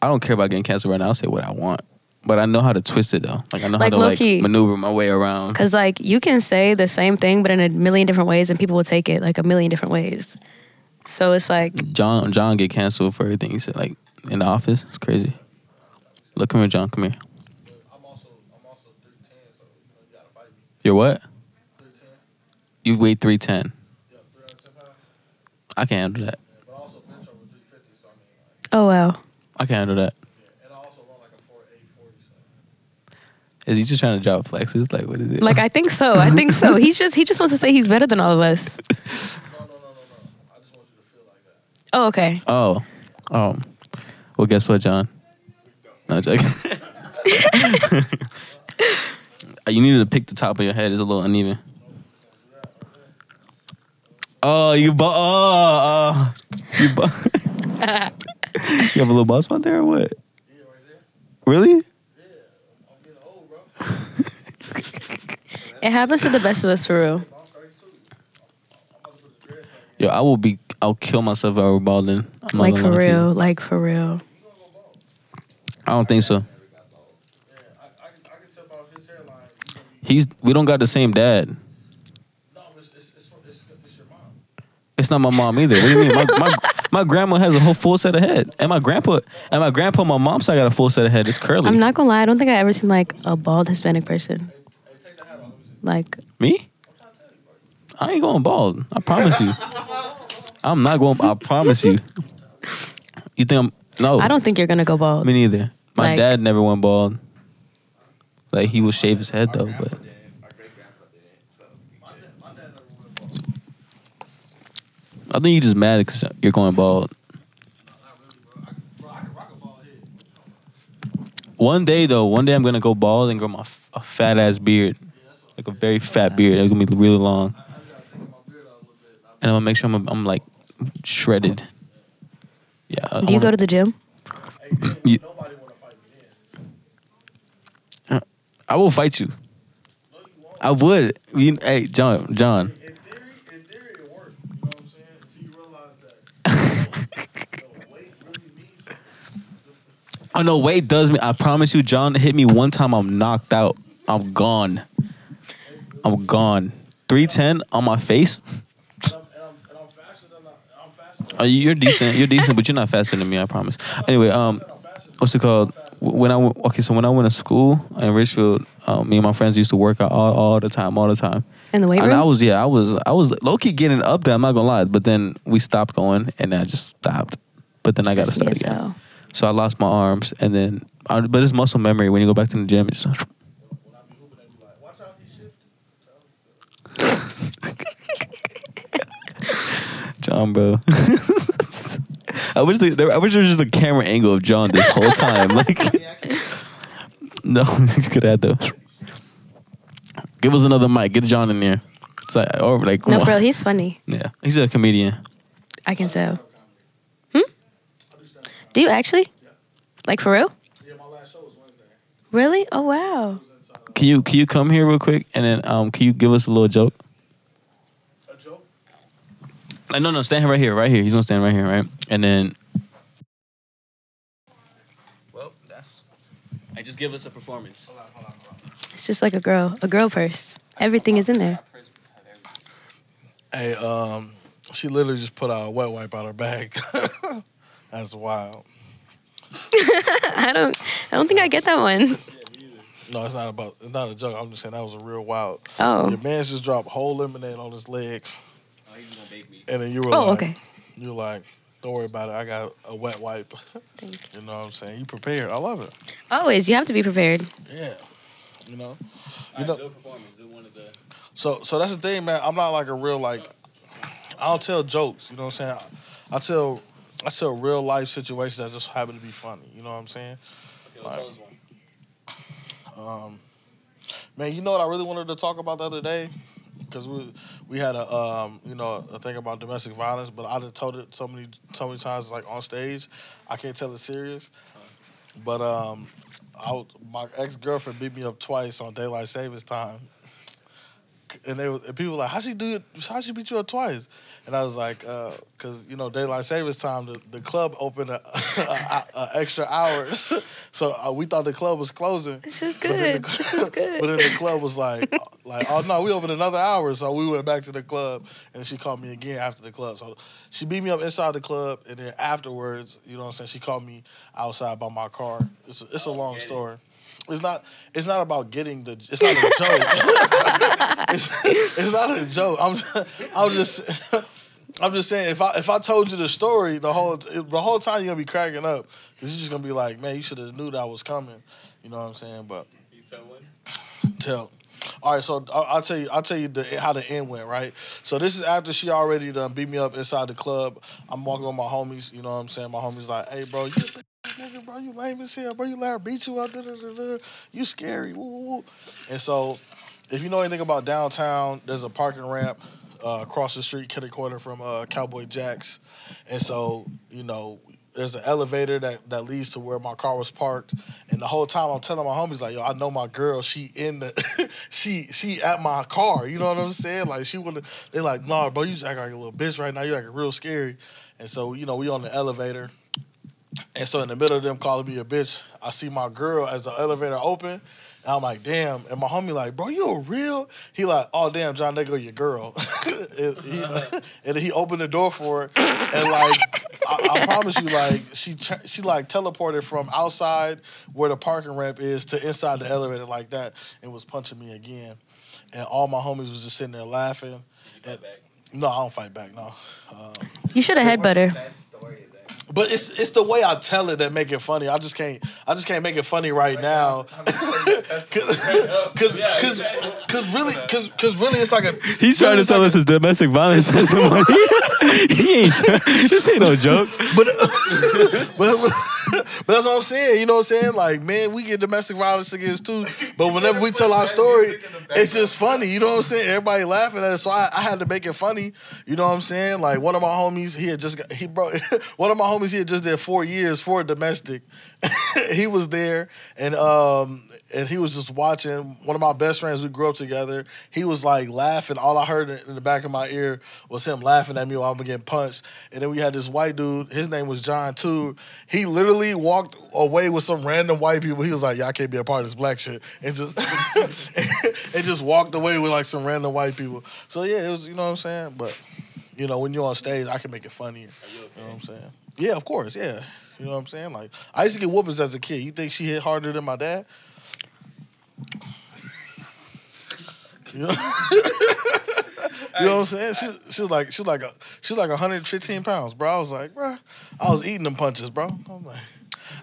Speaker 1: I don't care about getting canceled right now. I'll say what I want, but I know how to twist it though. Like I know
Speaker 3: Like,
Speaker 1: how to like
Speaker 3: low-key.
Speaker 1: maneuver my way around.
Speaker 3: Cause like you can say the same thing, but in a million different ways, and people will take it like a million different ways. So it's like
Speaker 1: John John get canceled for everything he said, like in the office. It's crazy. Look, come here, John. Come here.
Speaker 4: But I'm also, I'm also 310, so you know, you gotta fight me.
Speaker 1: You're what?
Speaker 4: 310,
Speaker 1: You weigh three ten.
Speaker 4: yeah, 310 pounds.
Speaker 1: I can handle that.
Speaker 4: Yeah, but I also bench over 350, so I mean, like,
Speaker 3: oh wow.
Speaker 1: I can handle that.
Speaker 4: yeah. And I also run like a 4840, so.
Speaker 1: Is he just trying to drop flexes? Like what is it?
Speaker 3: Like I think so. I
Speaker 1: [laughs]
Speaker 3: think so. He's just he just wants to say he's better than all of us.
Speaker 4: No, no, no, no, no. I just want you to feel like that.
Speaker 3: Oh, okay.
Speaker 1: oh, um. Well, guess what, John? No I'm joking. [laughs] you needed to pick the top of your head. It's a little uneven. Oh, you bu- oh, oh, you bu- [laughs] You have a little bald spot there or what?
Speaker 4: Yeah, right there.
Speaker 1: Really?
Speaker 4: I'm getting old, bro.
Speaker 3: It happens to the best of us
Speaker 1: [sighs]
Speaker 3: for real.
Speaker 4: I'm 32. I'm about to put the dread back in.
Speaker 1: Yo, I will be. I'll kill myself if I were balding. I'm not
Speaker 3: Like
Speaker 1: gonna
Speaker 3: for
Speaker 1: lie to you.
Speaker 3: real. Like for real.
Speaker 1: I don't think so.
Speaker 4: Yeah, I, I, can, I can tip off his hairline. You gonna be,
Speaker 1: He's. We don't got the same dad.
Speaker 4: no, it's, it's, it's, it's, it's your mom.
Speaker 1: It's That's not my mom either. What do you mean? My, my, my grandma has a whole full set of head, and my grandpa and my grandpa, on my mom's side got a full set of head. It's curly.
Speaker 3: I'm not gonna lie. I don't think I ever seen like a bald Hispanic person. Like
Speaker 1: Me? I ain't going bald. I promise you. I'm not going. I promise you. You think I'm? No.
Speaker 3: I don't think you're gonna go bald.
Speaker 1: Oh. Me neither. My
Speaker 3: Like-
Speaker 1: dad never went bald. Like he would shave his head though, but I think you just mad because you're going bald. One day though, one day I'm gonna go bald and grow my f- a fat ass beard, like a very fat beard. It's gonna be really long, and I'm gonna make sure I'm, I'm like shredded. Yeah. I
Speaker 3: Do you
Speaker 1: wanna-
Speaker 3: go to the gym?
Speaker 1: You- Uh, I will fight you. I would. You, hey, John, John.
Speaker 4: [laughs]
Speaker 1: Oh no, weight does me. I promise you, John hit me one time. I'm knocked out. I'm gone. I'm gone. Three ten on my face. Uh, you- you're decent. You're decent, but you're not faster than me. I promise. Anyway, um, what's it called? Wh- When I went, okay, so when I went to school in Richfield, um, me and my friends used to work out all, all the time, all the time.
Speaker 3: In the weight
Speaker 1: And
Speaker 3: room?
Speaker 1: I was yeah, I was I was low key getting up there. I'm not gonna lie, but then we stopped going, and I just stopped. But then I got to
Speaker 3: That's
Speaker 1: start
Speaker 3: me as
Speaker 1: again.
Speaker 3: well.
Speaker 1: So I lost my arms, and then I, but it's muscle memory. When you go back to the gym, it just John, bro. [laughs] I wish the, there, I wish there was just a camera angle of John this whole time. [laughs] Like, no, [laughs] he's good at though. Give us another mic. Get John in there. It's like, or like, come
Speaker 3: No,
Speaker 1: on.
Speaker 3: bro, he's funny.
Speaker 1: yeah, he's a comedian.
Speaker 3: I can tell. Hmm? Do you actually? Like for real? Really? Oh wow.
Speaker 1: Can you can you come here real quick and then um can you give us a little joke? Like, Uh, no, no, stand right here, right here. He's gonna stand right here, right? And then. Well, that's. I just give us a performance.
Speaker 3: It's just like a girl, a girl purse. Everything is in there. [laughs]
Speaker 4: Hey, um, she literally just put out a wet wipe out her bag. [laughs] That's wild.
Speaker 3: I don't I don't think I get that one.
Speaker 4: No, it's not about. It's not a joke. I'm just saying that was a real wild.
Speaker 3: Oh.
Speaker 4: Your man's just dropped whole lemonade on his legs,
Speaker 1: Oh, he's gonna bake me.
Speaker 4: and then you were
Speaker 3: Oh,
Speaker 4: like,
Speaker 3: okay.
Speaker 4: "You're like, don't worry about it. I got a wet wipe."
Speaker 3: Thank you.
Speaker 4: you know what I'm saying? You prepared. I love it.
Speaker 3: Always, you have to be prepared.
Speaker 4: Yeah. You know. You know.
Speaker 1: performance. One of the.
Speaker 4: So so that's the thing, man. I'm not like a real like. I'll tell jokes. You know what I'm saying? I, I tell I tell real life situations that just happen to be funny. You know what I'm saying? well, tell us
Speaker 1: one.
Speaker 4: Um, man, you know what I really wanted to talk about the other day because we we had a um, you know a thing about domestic violence, but I done told it so many so many times like on stage, I can't tell it serious. But um, I was- my ex girlfriend beat me up twice on daylight savings time, and they was- and people were like, how she do it? How she beat you up twice? And I was like, uh, cause you know daylight savings time, the, the club opened a, [laughs] a, a extra hours, [laughs] so uh, we thought the club was closing.
Speaker 3: This is
Speaker 4: But then
Speaker 3: good.
Speaker 4: the
Speaker 3: This
Speaker 4: club-
Speaker 3: is good.
Speaker 4: But then the club was
Speaker 3: [laughs]
Speaker 4: like, like, oh no, we opened another hour, so we went back to the club, and she called me again after the club. So she beat me up inside the club, and then afterwards, you know what I'm saying? She called me outside by my car. It's a, it's a long story. It's not. It's not about getting the. It's not a joke. [laughs] it's, it's not a joke. I'm. I'm just. I'm just saying. If I if I told you the story, the whole the whole time you're gonna be cracking up because you're just gonna be like, man, you should have knew that was coming. You know what I'm saying? But
Speaker 1: You tell one.
Speaker 4: tell. All right, so I- I'll tell you. I'll tell you the, how the end went. Right. So this is after she already done beat me up inside the club. I'm walking with my homies. You know what I'm saying? My homies like, hey, bro, you nigga, bro, you lame as hell, bro. You let her beat you up. da, da, da, da. You scary. Woo, woo, woo. And so, if you know anything about downtown, there's a parking ramp uh, across the street, kitty corner from uh, Cowboy Jack's. And so, you know, there's an elevator that, that leads to where my car was parked. And the whole time I'm telling my homies, like, yo, I know my girl, she in the [laughs] she she at my car. You know what I'm saying? Like she would they like, nah, bro, you just act like a little bitch right now. You acting real scary. And so, you know, we on the elevator. And so in the middle of them calling me a bitch, I see my girl as the elevator open, And I'm like, damn. And my homie like, bro, you a real? He like, oh damn, John Nigga, your girl. [laughs] and, he, [laughs] and he opened the door for her, and like, I, I promise you, like, she tra- she like teleported from outside where the parking ramp is to inside the elevator like that, and was punching me again. And all my homies was just sitting there laughing. And- no, I don't fight back. No, um,
Speaker 3: You should have headbutted her.
Speaker 5: That story is that.
Speaker 4: but it's it's the way I tell it that make it funny. I just can't I just can't make it funny right, now. [laughs] Cause, cause, cause really, cause, cause really, it's like a.
Speaker 1: [laughs] He's trying to tell us his domestic violence [laughs] testimony. he ain't. try- This ain't no joke.
Speaker 4: but, [laughs] but, but that's what I'm saying. You know what I'm saying? Like, man, we get domestic violence against too. But whenever we [laughs] tell our story, it's just funny. You know what I'm saying? Everybody laughing at it, so I, I had to make it funny. You know what I'm saying? Like one of my homies, he had just got, he bro, [laughs] one of my homies, he had just did four years for domestic. [laughs] he was there, and um, and he was just watching one of my best friends. We grew up together. He was like laughing. All I heard in the back of my ear was him laughing at me while I'm getting punched. And then we had this white dude. His name was John too. He literally walked away with some random white people. He was like, "Y'all can't be a part of this black shit," and just [laughs] and just walked away with like some random white people. So yeah, it was you know what I'm saying. But you know when you're on stage, I can make it funnier. You know what I'm saying? Yeah, of course. Yeah. You know what I'm saying? Like I used to get whoopings as a kid. You think she hit harder than my dad? [laughs] You know, You know what I'm saying? She, she was like she was like a, she was like 115 pounds, bro. I was like, bro, I was eating them punches, bro. I'm like,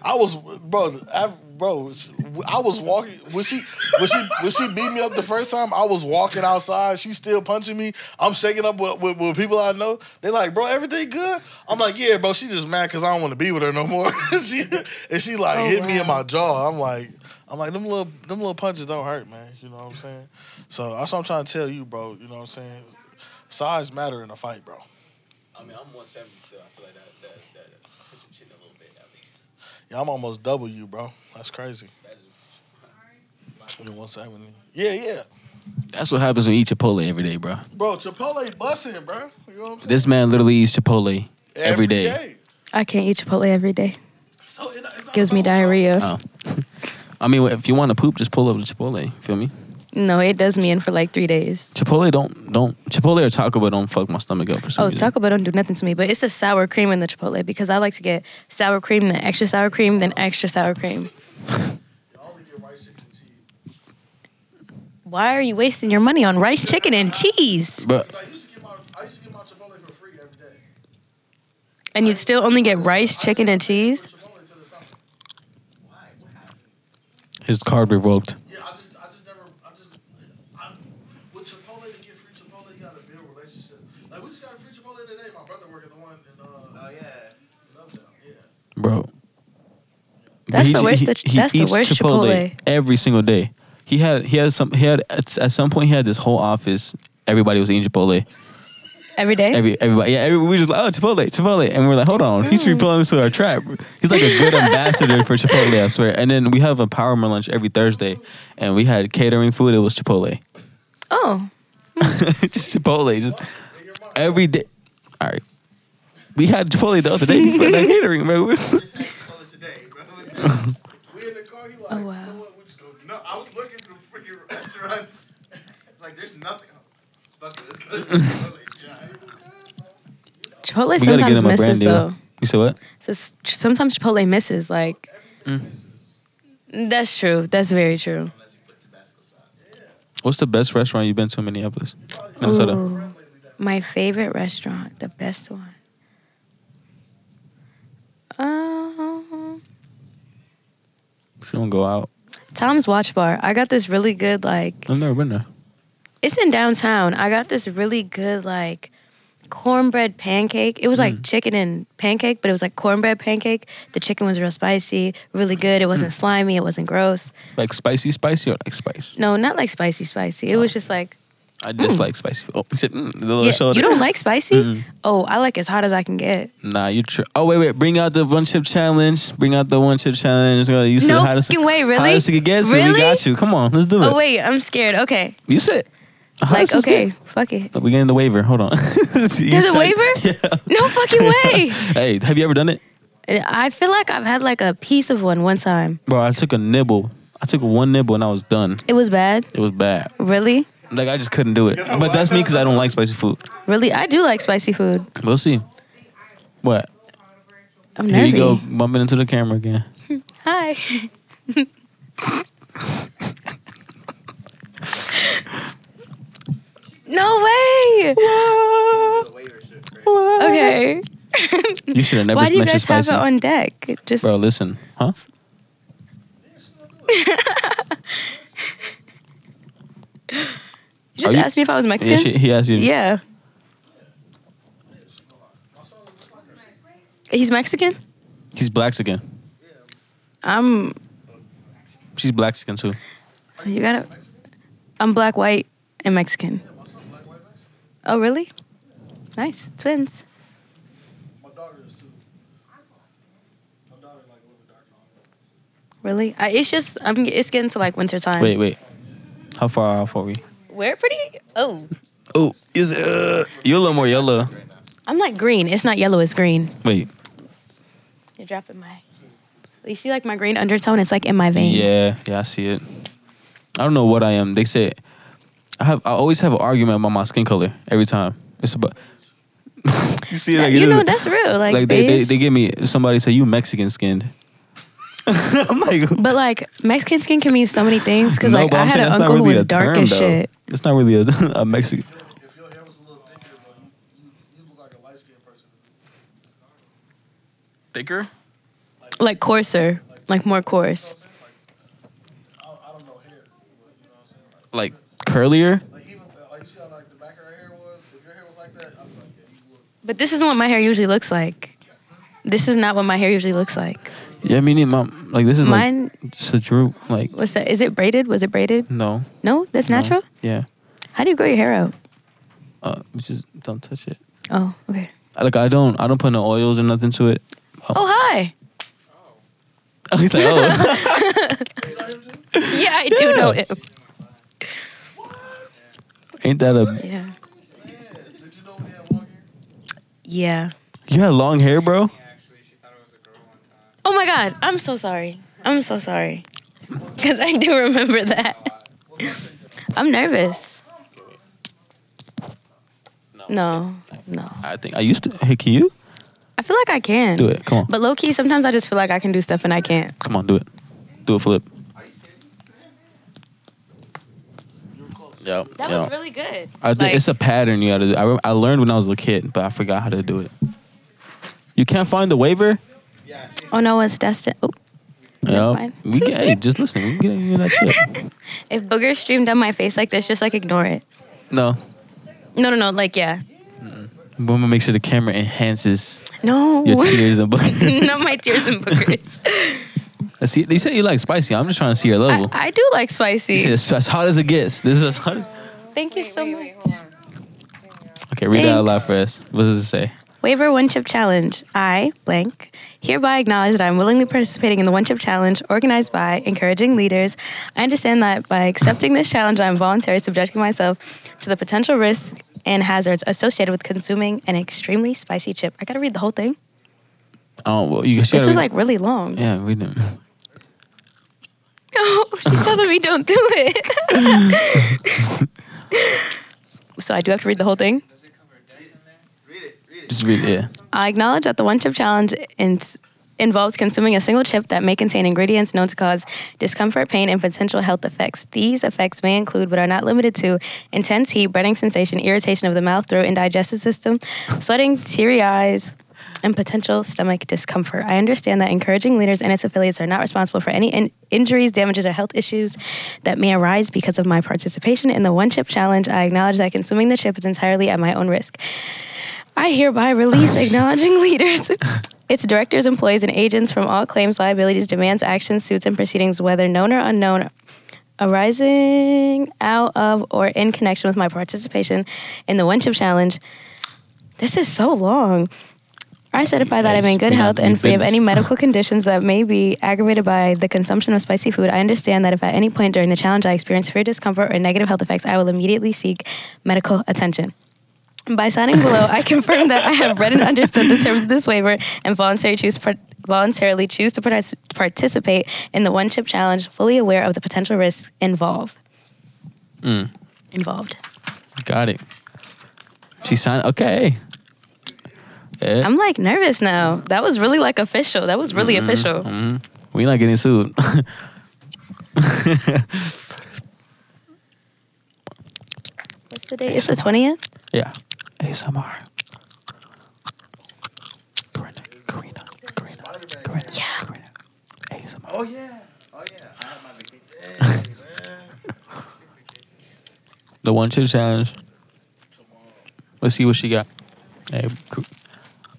Speaker 4: I was, bro, I, bro, I was walking when she when she when she beat me up the first time. I was walking outside. She's still punching me. I'm shaking up with, with, with people I know. They like, bro, everything good. I'm like, yeah, bro. She just mad because I don't want to be with her no more. [laughs] she, and she like
Speaker 3: Oh,
Speaker 4: hit me in
Speaker 3: wow.
Speaker 4: my jaw. I'm like, I'm like, them little them little punches don't hurt, man. You know what I'm saying? So that's what I'm trying to tell you, bro. You know what I'm saying? Size matter in a fight, bro.
Speaker 5: I mean, I'm 170 still. I feel like that that that touch your chin a little bit at least.
Speaker 4: Yeah, I'm almost double you, bro. That's crazy.
Speaker 5: That is
Speaker 4: Yeah, 170. Yeah, yeah.
Speaker 1: That's what happens when you eat Chipotle every day, bro.
Speaker 4: Bro, Chipotle bussin', bro. You know what I'm saying?
Speaker 1: This man literally eats Chipotle. every day.
Speaker 3: I can't eat Chipotle every day.
Speaker 4: So it- it's not
Speaker 3: Gives me
Speaker 4: about-
Speaker 3: diarrhea.
Speaker 1: Oh. I mean, if you want to poop, just pull up to Chipotle. Feel me?
Speaker 3: No, it does me in for like three days.
Speaker 1: Chipotle don't don't Chipotle or Taco Bell don't fuck my stomach up for some
Speaker 3: Oh,
Speaker 1: reason.
Speaker 3: Taco Bell don't do nothing to me, but it's a sour cream in the Chipotle because I like to get sour cream, then extra sour cream, then extra sour cream.
Speaker 4: I only get rice, chicken, and cheese.
Speaker 3: Why are you wasting your money on rice, chicken, and cheese?
Speaker 1: Bro,
Speaker 4: I used to get my I used to get my Chipotle for free every day.
Speaker 3: And you'd still only get rice, chicken, and cheese?
Speaker 4: Chipotle to the summer. Why? What happened?
Speaker 1: his card revoked.
Speaker 4: Yeah, I just I just never I just I, with Chipotle to get free Chipotle, you gotta build relationship. Like we just got free Chipotle today. My brother worked at the one in uh
Speaker 5: Oh yeah.
Speaker 4: in Uptown. Yeah.
Speaker 1: Bro.
Speaker 3: That's the
Speaker 1: He's-
Speaker 3: worst
Speaker 1: he-
Speaker 3: that-
Speaker 1: he
Speaker 3: that's the
Speaker 1: eats
Speaker 3: worst Chipotle.
Speaker 1: Every single day. He had he had some he had at, at some point he had this whole office. Everybody was eating Chipotle.
Speaker 3: Every day?
Speaker 1: Every everybody yeah, every, we were just like, oh Chipotle, Chipotle. And we are like, hold on,
Speaker 3: Mm.
Speaker 1: he's repelling us to our trap. He's like a
Speaker 3: [laughs]
Speaker 1: good ambassador for Chipotle, I swear. And then we have empowerment lunch every Thursday and we had catering food, it was Chipotle. [laughs]
Speaker 3: oh,
Speaker 1: just Chipotle. Just every day. All right. We had Chipotle the other day for that catering,
Speaker 3: [laughs]
Speaker 1: man. We-
Speaker 5: Just had to call it today, bro.
Speaker 4: We in the car. He like,
Speaker 3: Oh, wow.
Speaker 4: you know what? We just go. get-"
Speaker 5: no, I was looking through freaking restaurants. Like, there's nothing. Fuck it, let's go. to Chipotle. Yeah,
Speaker 3: Chipotle
Speaker 1: We gotta get
Speaker 3: sometimes
Speaker 1: him a
Speaker 3: misses
Speaker 1: brand
Speaker 3: though.
Speaker 1: deal. You said what?
Speaker 3: So s- sometimes Chipotle misses. Like, that's true. That's very true.
Speaker 5: Unless you put Tabasco sauce.
Speaker 1: What's the best restaurant you've been to in Minneapolis, Minnesota?
Speaker 3: Ooh, my favorite restaurant, the best one. Um,
Speaker 1: She don't go out.
Speaker 3: Tom's Watch Bar. I got this really good like
Speaker 1: I've never been there.
Speaker 3: it's in downtown. I got this really good like cornbread pancake. It was like chicken and pancake, but it was like cornbread pancake. The chicken was real spicy, really good. It wasn't slimy, it wasn't gross.
Speaker 1: Like spicy, spicy, or like spice?
Speaker 3: No, not like spicy spicy. It was just like
Speaker 1: I dislike spicy. Oh, is it, mm, the little
Speaker 3: Mm. yeah,
Speaker 1: shoulder.
Speaker 3: you don't like spicy? Oh, I like as hot as I can get.
Speaker 1: Nah, you. Tr- oh wait, wait. Bring out the one chip challenge. Bring out the one chip challenge. Uh, You said
Speaker 3: No
Speaker 1: hottest,
Speaker 3: fucking way, really?
Speaker 1: Hottest it could get, so we
Speaker 3: Really?
Speaker 1: got you. Come on, let's do it.
Speaker 3: Oh wait, I'm scared. Okay.
Speaker 1: You said.
Speaker 3: Like
Speaker 1: hottest it could
Speaker 3: okay,
Speaker 1: get.
Speaker 3: fuck it.
Speaker 1: We're getting the waiver. Hold on. [laughs] There's
Speaker 3: There's
Speaker 1: [laughs]
Speaker 3: a waiver? No fucking way.
Speaker 1: Hey, have you ever done it?
Speaker 3: I feel like I've had like a piece of one one time.
Speaker 1: Bro, I took a nibble. I took one nibble and I was done.
Speaker 3: It was bad.
Speaker 1: It was bad.
Speaker 3: Really?
Speaker 1: Like I just couldn't do it. But that's me because I don't like spicy food.
Speaker 3: Really? I do like spicy food.
Speaker 1: We'll see. What?
Speaker 3: I'm
Speaker 1: Here
Speaker 3: nervy.
Speaker 1: you go, bumping into the camera again.
Speaker 3: Hi. [laughs] no way. Okay.
Speaker 1: You should have never
Speaker 3: Why do you
Speaker 1: mentioned
Speaker 3: guys have
Speaker 1: spicy.
Speaker 3: it on deck? It Just
Speaker 1: Bro, listen, huh?
Speaker 3: you just
Speaker 1: are you-
Speaker 3: asked me if I was
Speaker 1: Yeah,
Speaker 3: Mexican.
Speaker 1: she, he asked you.
Speaker 3: Yeah. He's Mexican.
Speaker 1: He's blacks again.
Speaker 3: I'm.
Speaker 1: She's blacks again too.
Speaker 3: You gotta. I'm black, white, and Mexican. Oh really? Nice twins.
Speaker 6: My daughter is too. My daughter like a little bit darker.
Speaker 3: Really? I, it's just I'm. It's getting to like winter time.
Speaker 1: Wait, wait. How far off are we?
Speaker 3: We're pretty. Oh,
Speaker 1: Oh, is uh, you're a little more yellow.
Speaker 3: I'm like green. It's not yellow. It's green.
Speaker 1: Wait,
Speaker 3: You're dropping my. You see, like my green undertone. It's like in my veins.
Speaker 1: yeah, yeah, I see it. I don't know what I am. They say I have. I always have an argument about my skin color every time. It's about. [laughs] you see,
Speaker 3: That-
Speaker 1: like, it
Speaker 3: you know
Speaker 1: doesn't-
Speaker 3: that's real. Like,
Speaker 1: like, they, they
Speaker 3: beige.
Speaker 1: they give me somebody say you Mexican skinned. [laughs] I'm like,
Speaker 3: But like Mexican skin can mean so many things. Because
Speaker 1: no,
Speaker 3: like
Speaker 1: but
Speaker 3: I
Speaker 1: I'm
Speaker 3: had
Speaker 1: saying
Speaker 3: an
Speaker 1: that's not
Speaker 3: uncle who
Speaker 1: really
Speaker 3: was
Speaker 1: a
Speaker 3: dark
Speaker 1: term,
Speaker 3: as
Speaker 1: though.
Speaker 3: shit.
Speaker 1: It's not really a, [laughs] a Mexican.
Speaker 6: If your hair was a little thicker, but you, you look like a light skinned person.
Speaker 1: Thicker?
Speaker 3: Like coarser, like more coarse.
Speaker 6: I, I don't know hair. But, you know what I'm saying? Like,
Speaker 1: Like curlier?
Speaker 6: like even like you see how like the back of her hair was. If your hair was like that, I'm like, yeah, you
Speaker 5: [laughs]
Speaker 6: look.
Speaker 3: But this isn't what my hair usually looks like. This is not what my hair usually looks like.
Speaker 1: Yeah, I mean, my, like this is like
Speaker 3: Mine,
Speaker 1: just a droop. Like
Speaker 3: what's that? Is it braided? Was it braided?
Speaker 1: no,
Speaker 3: No, that's
Speaker 1: No.
Speaker 3: natural.
Speaker 1: yeah,
Speaker 3: How do you grow your hair out?
Speaker 1: uh, we just don't touch it.
Speaker 3: Oh, okay.
Speaker 1: I- Like I don't, I don't put no oils or nothing to it.
Speaker 3: Oh, hi.
Speaker 1: [laughs] He's like, oh,
Speaker 3: Yeah, I do know it.
Speaker 1: ain't that a?
Speaker 3: Yeah.
Speaker 6: Did you know we had long hair?
Speaker 3: Yeah.
Speaker 1: You had long hair, bro.
Speaker 5: Actually, she thought it was a girl one time.
Speaker 3: Oh my God. I'm so sorry. I'm so sorry. Because I do remember that. I'm nervous. No, no.
Speaker 1: I think I used to. Hey, can you
Speaker 3: I feel like I can.
Speaker 1: do it? Come on,
Speaker 3: But low key, sometimes I just feel like I can do stuff and I can't.
Speaker 1: come on, do it. Do a flip. Yeah,
Speaker 3: That
Speaker 1: yeah.
Speaker 3: was really good.
Speaker 1: I think it's a pattern you gotta do. I, rem- I learned when I was a kid, but I forgot how to do it. You can't find the waiver?
Speaker 3: oh no, it's destined. Oh. Never
Speaker 1: Yeah.
Speaker 3: mind.
Speaker 1: We can, hey, just listen. We can get into that shit.
Speaker 3: If booger streamed down my face like this, just like ignore it.
Speaker 1: No.
Speaker 3: No, no, no. Like yeah.
Speaker 1: But I'm gonna make sure the camera enhances
Speaker 3: No.
Speaker 1: your tears and
Speaker 3: [laughs] Not my tears and boogers.
Speaker 1: I [laughs] see, they said you like spicy. I'm just trying to see your
Speaker 3: I,
Speaker 1: level.
Speaker 3: I do like
Speaker 1: Oh. You said
Speaker 3: spicy.
Speaker 1: it's as hot as it gets. This is as hot. As-
Speaker 3: Thank you so much.
Speaker 1: okay, read that out loud
Speaker 3: Thanks.
Speaker 1: for us. What does it say?
Speaker 3: Waiver One Chip Challenge. I, blank, hereby acknowledge that I'm willingly participating in the One Chip Challenge organized by encouraging leaders. I understand that by accepting this challenge, I'm voluntarily subjecting myself to the potential risks and hazards associated with consuming an extremely spicy chip. I gotta read the whole thing.
Speaker 1: Oh, well, you should.
Speaker 3: This is like really long.
Speaker 1: Yeah, read it.
Speaker 3: [laughs] No, she's telling me don't do it. [laughs] so I do have to read the whole thing.
Speaker 5: Does it cover death in there? Read it, read it.
Speaker 1: Just read it. Yeah.
Speaker 3: I acknowledge that the one chip challenge in- involves consuming a single chip that may contain ingredients known to cause discomfort, pain, and potential health effects. These effects may include, but are not limited to, intense heat, burning sensation, irritation of the mouth, throat, and digestive system, sweating, teary eyes. And potential stomach discomfort. I understand that encouraging leaders and its affiliates are not responsible for any in- injuries, damages, or health issues that may arise because of my participation in the One Chip Challenge. I acknowledge that consuming the chip is entirely at my own risk. I hereby release acknowledging [laughs] leaders, its directors, employees, and agents from all claims, liabilities, demands, actions, suits, and proceedings, whether known or unknown, arising out of or in connection with my participation in the One Chip Challenge. This is so long. I certify that I'm in good
Speaker 1: We got-
Speaker 3: health
Speaker 1: we
Speaker 3: and free of
Speaker 1: finished.
Speaker 3: any medical conditions that may be aggravated by the consumption of spicy food. I understand that if at any point during the challenge I experience fear, discomfort, or negative health effects, I will immediately seek medical attention. By signing below, I confirm that I have read and understood the terms of this waiver and voluntarily choose par- voluntarily choose to partic- participate in the one chip challenge, fully aware of the potential risks involved.
Speaker 1: Mm.
Speaker 3: Involved.
Speaker 1: Got it. She signed. Okay. Yeah.
Speaker 3: I'm like nervous now. That was really like official. That was really official.
Speaker 1: Mhm. We not getting sued. [laughs]
Speaker 3: What's the date? It's the 20th.
Speaker 1: yeah. ASMR. Karina. Karina. Karina. Karina.
Speaker 3: Yeah.
Speaker 1: Karina. ASMR.
Speaker 5: Oh yeah. Oh yeah. I had my
Speaker 6: [laughs]
Speaker 5: vacation.
Speaker 1: The one chip challenge. Let's see what she got. Hey, cool.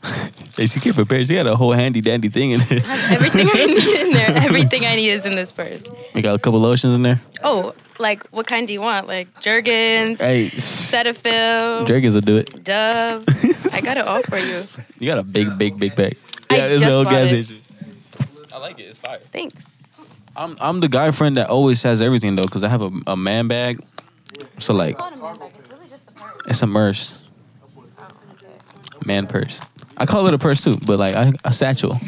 Speaker 1: [laughs] Hey, she get prepared. She got a whole handy dandy thing in there.
Speaker 3: [laughs] [laughs] Everything I need in [laughs] there. Everything I need is in this purse.
Speaker 1: We got a couple lotions in there.
Speaker 3: Oh, like what kind do you want? Like Jergens,
Speaker 1: Hey,
Speaker 3: Cetaphil,
Speaker 1: Jergens will do it. [laughs]
Speaker 3: Dove. I got it all for you.
Speaker 1: You got a big, big, big bag.
Speaker 3: I just
Speaker 1: old
Speaker 3: bought it.
Speaker 1: I like it. It's fire.
Speaker 3: Thanks.
Speaker 1: I'm I'm the guy friend that always has everything though, cause I have a, a man bag. So like, it's a purse. Man purse. I call it a purse too, but like I, a satchel.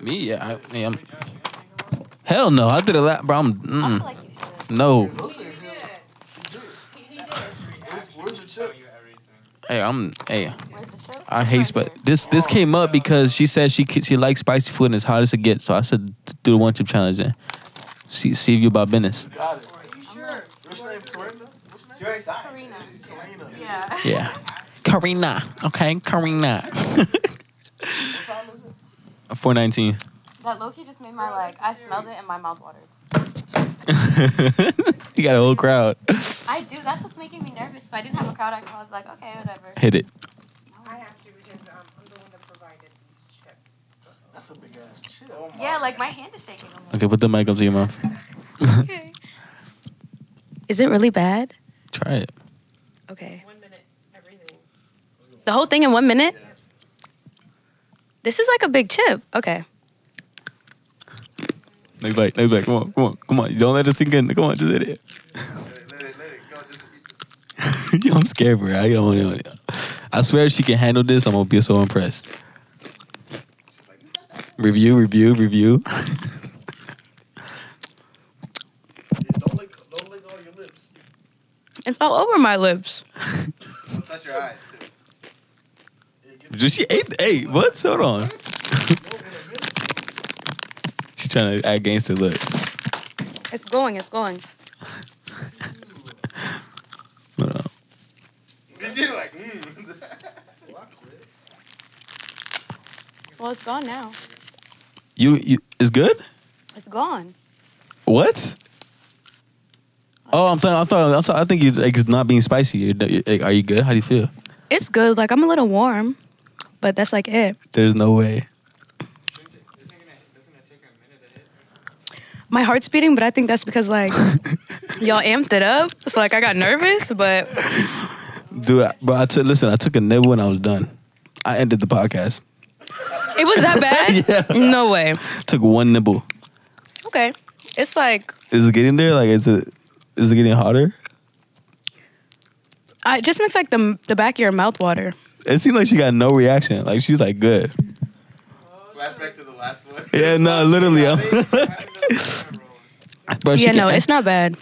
Speaker 1: Me, yeah, I, yeah, I'm. Hell no, I did a lot, bro. I'm, mm, no,
Speaker 4: Where's your chip?
Speaker 1: hey, I'm, hey, I hate spice. This this came up because she said she ki- she likes spicy food and it's hard as it gets. So I said do the one chip challenge then. See see if you about business.
Speaker 4: Got it. What's her name? Corinna? Karina.
Speaker 3: Yeah.
Speaker 1: Yeah. Karina. Okay, Karina. [laughs]
Speaker 4: What time is it?
Speaker 1: 419.
Speaker 3: That Loki just made my like. I smelled it and my mouth watered.
Speaker 1: you got a whole crowd.
Speaker 3: I do. That's what's making me nervous. If I didn't have a crowd, I could was like, okay, whatever.
Speaker 1: Hit it.
Speaker 7: I have to because um, I'm the one that provided these chips.
Speaker 4: That's a big ass chip.
Speaker 6: Oh,
Speaker 3: Yeah, like my hand is shaking.
Speaker 1: Okay, put the mic up to your mouth.
Speaker 3: Okay. Is it really bad?
Speaker 1: Try it.
Speaker 3: Okay.
Speaker 7: One minute, everything.
Speaker 3: The whole thing in one minute? This is like a big chip. Okay.
Speaker 1: Next bite, next bite. Come on, come on, come on. Don't let it sink in. Come on, just hit it.
Speaker 5: Let it, let it go. Just
Speaker 1: [laughs] Yo, I'm scared for her. I don't want it. I swear if she can handle this, I'm gonna be so impressed. Review, review, review. [laughs]
Speaker 4: Yeah, don't lick, don't lick all your lips.
Speaker 3: It's all over my lips.
Speaker 5: don't touch your eyes. Too.
Speaker 1: Just she ate hey, what? Hold on. She's trying to act gangster look.
Speaker 3: It's going, it's going.
Speaker 1: Hold on.
Speaker 6: [laughs]
Speaker 5: You're like,
Speaker 6: hmm.
Speaker 5: mm.
Speaker 3: Well, it's gone now.
Speaker 1: You you it's good?
Speaker 3: It's gone.
Speaker 1: What? Oh, I'm thought, I'm thought, I'm thought, I think you like it's not being spicy. You're, you're- like, are you good? How do you feel?
Speaker 3: It's good. Like, I'm a little warm, but that's like it.
Speaker 1: There's no way.
Speaker 3: My heart's beating, but I think that's because, like, y'all amped it up. It's like I got nervous, but
Speaker 1: Dude, I, bro, I took listen. I took a nibble and I was done. I ended the podcast.
Speaker 3: it was that bad?
Speaker 1: Yeah.
Speaker 3: No way.
Speaker 1: Took one nibble.
Speaker 3: Okay. It's like,
Speaker 1: Is it getting there? Like, is it? Is it getting hotter?
Speaker 3: I, it just makes like the, the back of your mouth water.
Speaker 1: It seemed like she got no reaction. Like she's like good.
Speaker 5: Flashback to the last
Speaker 4: [laughs]
Speaker 5: one.
Speaker 1: Yeah, no, literally. I'm- [laughs] bro, she
Speaker 3: yeah,
Speaker 1: can-
Speaker 3: no, it's not bad.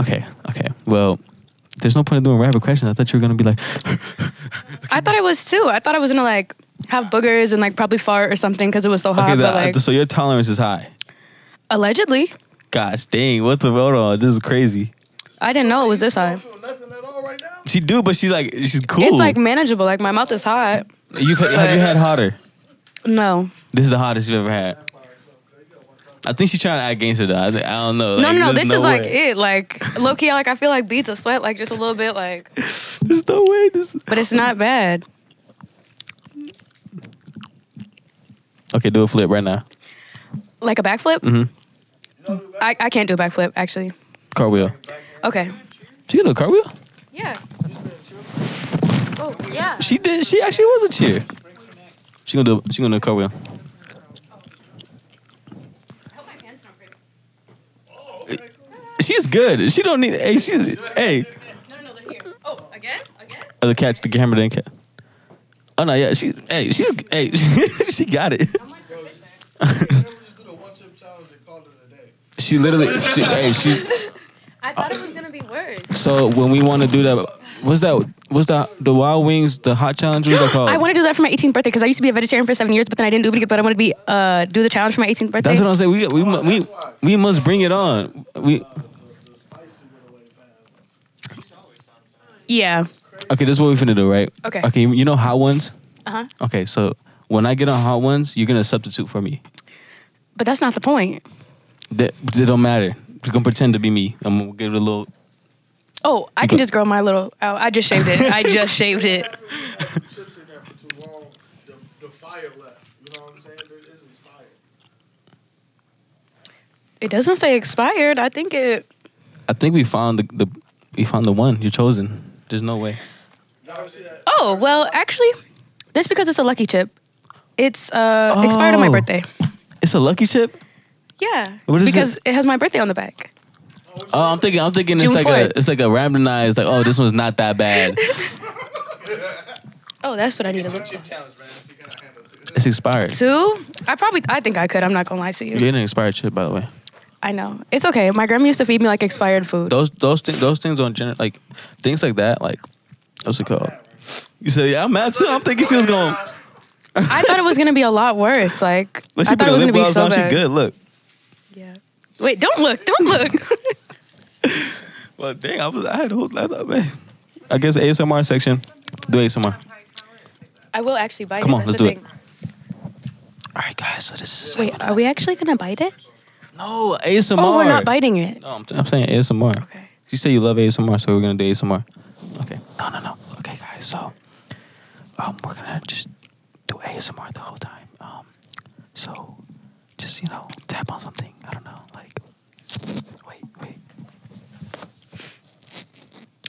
Speaker 1: Okay, okay. Well, there's no point in doing rapid questions. I thought you were gonna be like,
Speaker 3: I thought it was too. I thought I was gonna like have boogers and like probably fart or something because it was so hot.
Speaker 1: okay, the-
Speaker 3: but like
Speaker 1: so your tolerance is high.
Speaker 3: allegedly,
Speaker 1: Gosh dang, what the hold on? This is crazy.
Speaker 3: I didn't know it was this high.
Speaker 4: Feel nothing at all right now.
Speaker 1: She do, but she's like she's cool.
Speaker 3: It's like manageable. Like my mouth is hot.
Speaker 1: You've have you
Speaker 3: [laughs]
Speaker 1: had hotter?
Speaker 3: No,
Speaker 1: This is the hottest you've ever had. I think she's trying to act gangster though. I, think- I don't know.
Speaker 3: no,
Speaker 1: Like,
Speaker 3: no, no.
Speaker 1: there's
Speaker 3: This is like
Speaker 1: way.
Speaker 3: it. Like low key, like I feel like beads of sweat, like just a little bit, like.
Speaker 1: There's no way. This. Is...
Speaker 3: But it's not bad.
Speaker 1: Okay, do a flip right now.
Speaker 3: Like a backflip.
Speaker 1: Mhm.
Speaker 3: I I can't do a backflip actually.
Speaker 1: Car wheel.
Speaker 3: Okay.
Speaker 1: She did a car wheel.
Speaker 3: Yeah. Oh yeah.
Speaker 1: She did. She actually was a cheer. She gonna do. She gonna do a car wheel. She's good. She don't need. Hey, she's. Hey,
Speaker 3: No, no, no, they're here. Oh, again, again.
Speaker 1: oh, the catch. The camera didn't catch. Oh no, yeah, she, hey, she's, hey, [laughs] she got it. She literally, she, hey, she.
Speaker 3: I thought it was gonna be worse.
Speaker 1: So when we want to do that, what's that? What's that? The Wild Wings, the hot challenge. What's that called?
Speaker 3: [gasps] I want to do that for my 18th birthday because I used to be a vegetarian for seven years, but then I didn't do it. But I want to be uh, do the challenge for my 18th birthday.
Speaker 1: That's what I'm saying. We we mu- we we must bring it on. We
Speaker 4: Uh,
Speaker 3: yeah.
Speaker 1: okay. This is what we finna do, right?
Speaker 3: Okay.
Speaker 1: Okay. You know hot ones.
Speaker 3: Uh huh.
Speaker 1: Okay. So when I get on hot ones, you're gonna substitute for me.
Speaker 3: But that's not the point.
Speaker 1: That it don't matter. You're gonna pretend to be me. I'm gonna give it a little.
Speaker 3: Oh, I can just grow my little. Oh, I just shaved it.
Speaker 1: [laughs]
Speaker 3: I just shaved it.
Speaker 4: Chips in there for too long, the, the fire left. You know what I'm saying? It is expired.
Speaker 3: It doesn't say expired. I think it.
Speaker 1: I think we found the, the we found the one you're chosen. There's no way.
Speaker 3: Oh well, actually, that's because it's a lucky chip. It's uh, expired on my
Speaker 1: Oh.
Speaker 3: birthday.
Speaker 1: It's a lucky chip.
Speaker 3: Yeah.
Speaker 1: What is
Speaker 3: because it? has my birthday on the back.
Speaker 1: Oh, I'm thinking. I'm thinking it's
Speaker 3: June
Speaker 1: like
Speaker 3: fourth.
Speaker 1: a it's like a randomized. Like oh, this one's not that
Speaker 3: [laughs]
Speaker 1: bad.
Speaker 3: Oh, that's what I need to look.
Speaker 1: It's expired.
Speaker 3: Two? I probably. I think I could. I'm not gonna lie to you.
Speaker 1: You didn't expire chip, by the way.
Speaker 3: I know. It's okay. My grandma used to feed me like expired food.
Speaker 1: Those those things those things don't generate like things like that. Like what's it called? You said yeah, I'm mad too. I'm thinking she was going.
Speaker 3: I thought it was gonna be a lot worse. Like
Speaker 1: Look, she
Speaker 3: I thought
Speaker 1: put
Speaker 3: it
Speaker 1: her
Speaker 3: was
Speaker 1: lip
Speaker 3: gonna be
Speaker 1: gloss
Speaker 3: so
Speaker 1: on.
Speaker 3: bad.
Speaker 1: She good. Look.
Speaker 3: Yeah. Wait, don't look. Don't look.
Speaker 1: Well, dang, I was I had a whole I thought, man. I guess ASMR section. Do ASMR.
Speaker 3: [laughs] I will actually bite
Speaker 1: Come
Speaker 3: it.
Speaker 1: on,
Speaker 3: That's
Speaker 1: let's
Speaker 3: the
Speaker 1: do it.
Speaker 3: thing.
Speaker 1: All right, guys. So this is
Speaker 3: Wait, are we actually gonna bite it?
Speaker 1: no ASMR.
Speaker 3: Oh, we're not biting it.
Speaker 1: No, I'm, I'm saying ASMR.
Speaker 3: Okay.
Speaker 1: You say you love ASMR, so we're gonna do ASMR. Okay. No, no, no. Okay, guys. So, um, we're gonna just do ASMR the whole time. Um, so just you know, tap on something. I don't know. Like, wait, wait.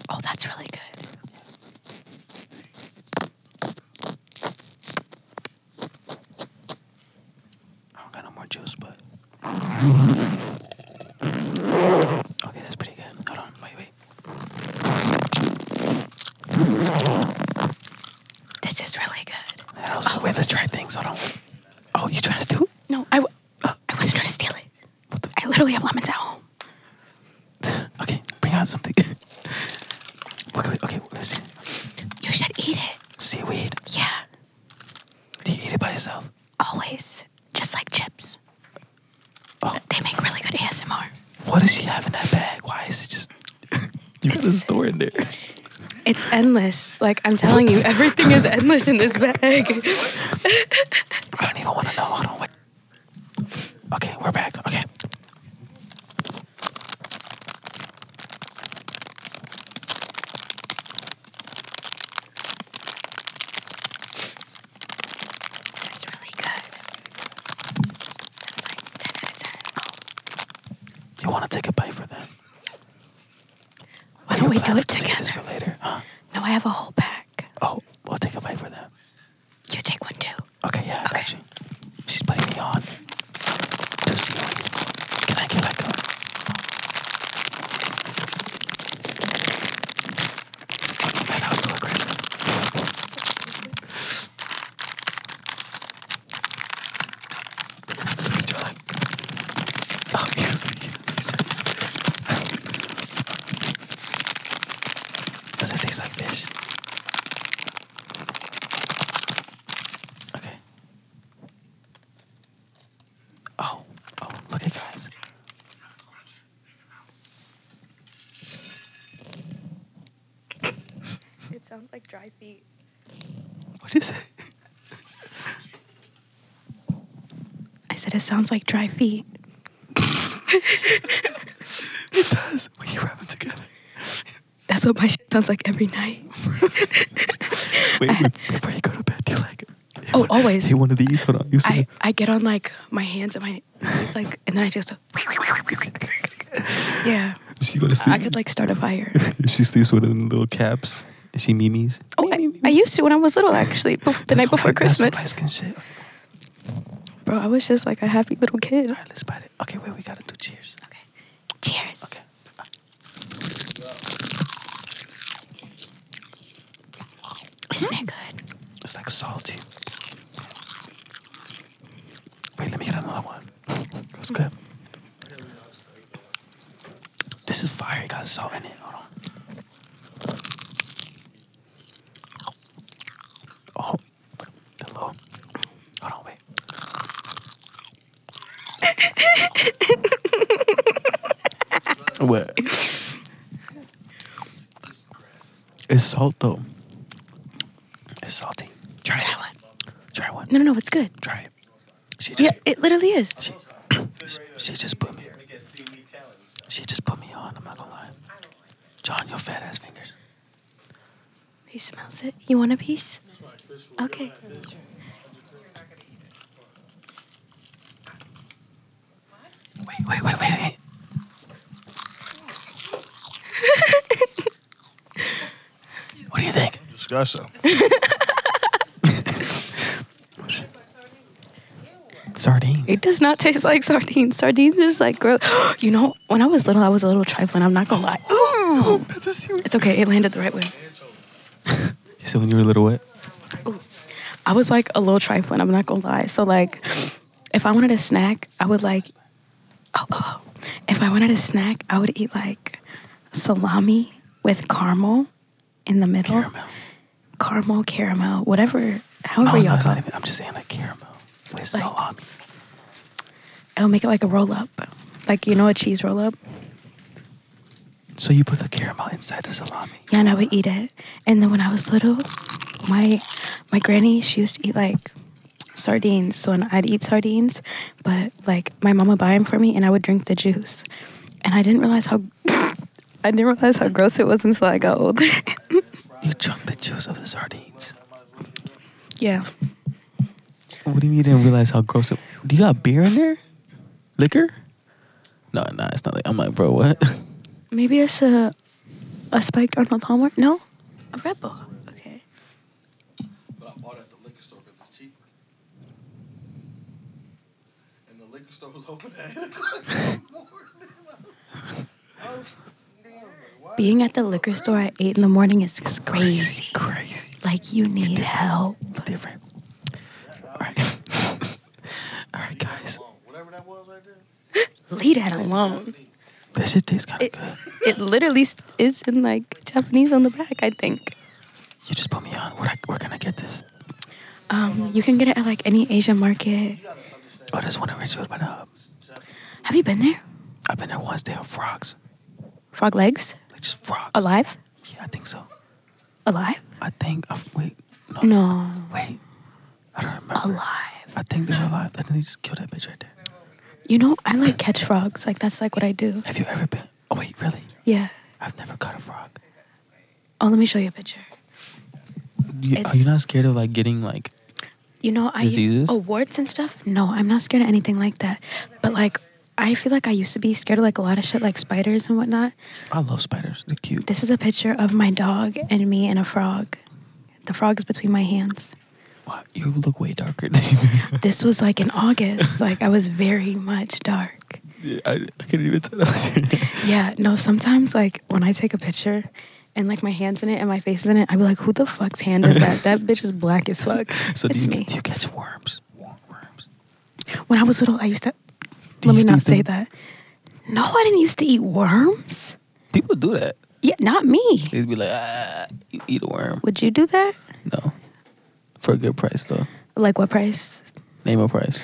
Speaker 3: Oh, that's really good.
Speaker 1: I don't got no more juice, but. Okay, that's pretty good. Hold on. Wait, wait.
Speaker 3: This is really good.
Speaker 1: That was- wait, let's try things. Hold on. Oh, you trying to do?
Speaker 3: No, I, w- I wasn't gonna steal it. I literally have lemons at home.
Speaker 1: Okay, bring out something. [laughs] okay, wait, okay, let's see.
Speaker 3: You should eat it.
Speaker 1: Seaweed.
Speaker 3: Yeah,
Speaker 1: Do you eat it by yourself?
Speaker 3: always. Just like chips. They make really good ASMR.
Speaker 1: Oh. What does she have in that bag? Why is it
Speaker 3: [laughs]
Speaker 1: just? you got a store in there.
Speaker 3: It's endless. Like I'm telling you, everything is endless in this [laughs] bag.
Speaker 1: I don't even want to know. Hold on, wait. Okay, we're back. Okay.
Speaker 3: That's really good. That's like 10 out of 10. Oh,
Speaker 1: You want to take a bite for them?
Speaker 3: why don't we
Speaker 1: But I
Speaker 3: do
Speaker 1: have
Speaker 3: it
Speaker 1: to save This
Speaker 3: together?
Speaker 1: for later. Huh?
Speaker 3: No, I have a whole pack.
Speaker 1: Oh, we'll take a bite for them.
Speaker 3: You take one too.
Speaker 1: Okay, yeah, I got
Speaker 3: Okay.
Speaker 1: you. She's putting me on. To see Can I get like a? Man, I was too aggressive. You're like- Oh, he was like- he said- Does it taste like fish? Okay. Oh, oh, look at guys.
Speaker 3: It sounds like dry feet.
Speaker 1: What'd you say? [laughs]
Speaker 3: I said it sounds like dry feet.
Speaker 1: It does when you wrap them
Speaker 3: [laughs]
Speaker 1: together.
Speaker 3: That's what my shit sounds like
Speaker 1: [laughs]
Speaker 3: every night.
Speaker 1: Wait, wait, before you go to bed, you're like,
Speaker 3: Oh, always.
Speaker 1: hey, one of these. Hold on. You
Speaker 3: I,
Speaker 1: see?
Speaker 3: I get on like my hands and my it's like and then I just [laughs] Yeah.
Speaker 1: She go to sleep.
Speaker 3: I could like start a fire.
Speaker 1: [laughs] she sleeps with them little caps. And she mimes.
Speaker 3: Oh, I, I used to when I was little actually, bef- the night before Christmas.
Speaker 1: Light skin shit. All
Speaker 3: Bro, I was just like a happy little kid.
Speaker 1: right, let's bite it. Okay, wait, we gotta do cheers.
Speaker 3: Okay. Cheers.
Speaker 1: Okay.
Speaker 3: Isn't it good?
Speaker 1: It's like so fire got salt in it. Hold on. Oh, the little. Hold on, wait. [laughs] What? It's salt though. It's salty. Try it. Try one.
Speaker 3: No, no, no. It's good.
Speaker 1: Try it. She
Speaker 3: Yeah,
Speaker 1: just
Speaker 3: it literally is.
Speaker 1: she just put me. She just put me on. I'm not gonna lie. John, your fat ass fingers.
Speaker 3: He smells it. You want a piece? Okay.
Speaker 1: Wait, wait, wait, wait. wait. what do you think?
Speaker 4: Disgusting.
Speaker 1: Sardine.
Speaker 3: It does not taste like sardines. Sardines is like gross. [gasps] You know, when I was little, I was a little trifling. I'm not gonna lie. [gasps] Ooh. It's okay. It landed the right way.
Speaker 1: You said when you were little what?
Speaker 3: I was like a little trifling. I'm not gonna lie. So like, if I wanted a snack, I would like. [gasps] Oh, oh, oh. if I wanted a snack, I would eat like salami with caramel in the middle.
Speaker 1: Caramel.
Speaker 3: Caramel, caramel, whatever.
Speaker 1: Oh, No,
Speaker 3: However
Speaker 1: no,
Speaker 3: y'all
Speaker 1: it's
Speaker 3: call
Speaker 1: not
Speaker 3: it.
Speaker 1: even. I'm just saying like caramel with salami.
Speaker 3: I'll make it like a roll up, like you know a cheese roll up.
Speaker 1: So you put the caramel inside the salami.
Speaker 3: Yeah, and I would eat it. And then when I was little, my my granny she used to eat like sardines. So and I'd eat sardines, but like my mom would buy them for me, and I would drink the juice. And I didn't realize how [laughs] I didn't realize how gross it was until I got older. [laughs]
Speaker 1: You chunk the juice of the sardines.
Speaker 3: yeah,
Speaker 1: What do you mean you didn't realize how gross it? Do you got beer in there? Liquor? No, no, it's not. like I'm like, bro,
Speaker 3: [laughs]
Speaker 1: what?
Speaker 3: maybe it's a a spiked Arnold Palmer. No, a Red Bull. Okay.
Speaker 6: But I bought it at the liquor store because it's cheaper. And the liquor store
Speaker 4: [laughs]
Speaker 6: was open at 8 o'clock in the morning.
Speaker 3: Being at the liquor store at eight in the morning is crazy. Crazy. Like you need help.
Speaker 1: It's different. All right, [laughs] all right, guys.
Speaker 4: Whatever that was right there.
Speaker 3: Leave that alone.
Speaker 1: That shit tastes kind of
Speaker 3: It-
Speaker 1: good.
Speaker 3: It literally s- is in like Japanese on the back, I think.
Speaker 1: You just put me on. Where, I, where can I get this?
Speaker 3: Um, you can get it at like any Asian market.
Speaker 1: Oh, there's one in Richfield by the hub.
Speaker 3: Have you been there?
Speaker 1: I've been there once. They have frogs.
Speaker 3: Frog legs?
Speaker 1: Like just frogs.
Speaker 3: Alive?
Speaker 1: Yeah, I think so.
Speaker 3: Alive?
Speaker 1: I think. i wait, no,
Speaker 3: No.
Speaker 1: wait. I don't remember.
Speaker 3: Alive.
Speaker 1: I think they're alive. I think they just killed that bitch right there.
Speaker 3: You know, I like catch frogs. Like that's like what I do.
Speaker 1: Have you ever been? Oh wait, really?
Speaker 3: Yeah.
Speaker 1: I've never caught a frog.
Speaker 3: Oh, let me show you a picture.
Speaker 1: You, are
Speaker 3: It's-
Speaker 1: you not scared of like getting like?
Speaker 3: You know, I
Speaker 1: Diseases?
Speaker 3: oh warts and stuff. No, I'm not scared of anything like that. But like, I feel like I used to be scared of like a lot of shit, like spiders and whatnot.
Speaker 1: I love spiders. They're cute.
Speaker 3: This is a picture of my dog and me and a frog. The frog is between my hands.
Speaker 1: Wow, you look way darker. than [laughs] you
Speaker 3: This was like in August. Like I was very much dark.
Speaker 1: do. I, I couldn't even tell. That was your [laughs] name.
Speaker 3: Yeah, no, sometimes like when I take a picture and like my hand's in it and my face is in it, I'd be like, who the fuck's hand is that? that bitch is black as fuck.
Speaker 1: [laughs] so
Speaker 3: it's
Speaker 1: do you,
Speaker 3: me.
Speaker 1: do you catch worms? Worms.
Speaker 3: When I was little, I used to,
Speaker 1: Do you
Speaker 3: let me
Speaker 1: used to
Speaker 3: not
Speaker 1: eat
Speaker 3: say
Speaker 1: them?
Speaker 3: that. No, I didn't used to eat worms.
Speaker 1: People do that.
Speaker 3: Yeah, not me.
Speaker 1: They'd be like, ah, you eat a worm.
Speaker 3: Would you do that?
Speaker 1: No, for a good price though.
Speaker 3: Like what price?
Speaker 1: Name a price.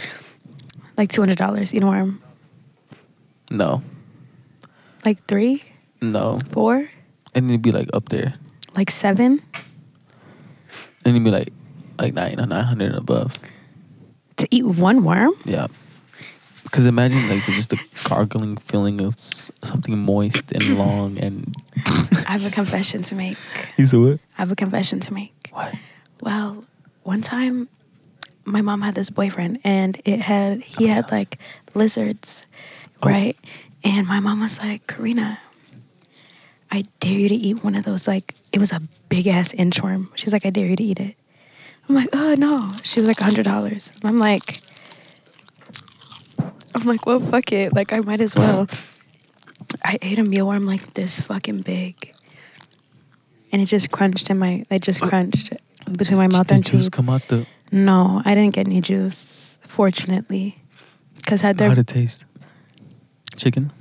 Speaker 3: Like $200 eat a worm.
Speaker 1: No,
Speaker 3: Like three,
Speaker 1: no,
Speaker 3: four,
Speaker 1: and it'd be like up there,
Speaker 3: like seven,
Speaker 1: and it'd be like like nine or nine hundred and above.
Speaker 3: to eat one worm?
Speaker 1: Yeah. Because imagine like just the gargling feeling of s- something moist
Speaker 3: [coughs]
Speaker 1: and long and.
Speaker 3: I have
Speaker 1: [laughs]
Speaker 3: a confession to make.
Speaker 1: You said what?
Speaker 3: I have a confession to make.
Speaker 1: What?
Speaker 3: Well, one time my mom had this boyfriend and it had he had like lizards,
Speaker 1: Oh.
Speaker 3: Oh. right? And my mom was like, Karina, I dare you to eat one of those like it was a big ass inchworm. She was like, I dare you to eat it. I'm like, oh no. She was like hundred dollars. And I'm like I'm like, well fuck it. Like I might as well. I ate a mealworm like this fucking big. And it just crunched in my it just crunched between my mouth
Speaker 1: Uh, Did
Speaker 3: and
Speaker 1: juice
Speaker 3: teeth.
Speaker 1: come out the.
Speaker 3: No, I didn't get any juice, fortunately. Because had there
Speaker 1: How'd it taste? Chicken?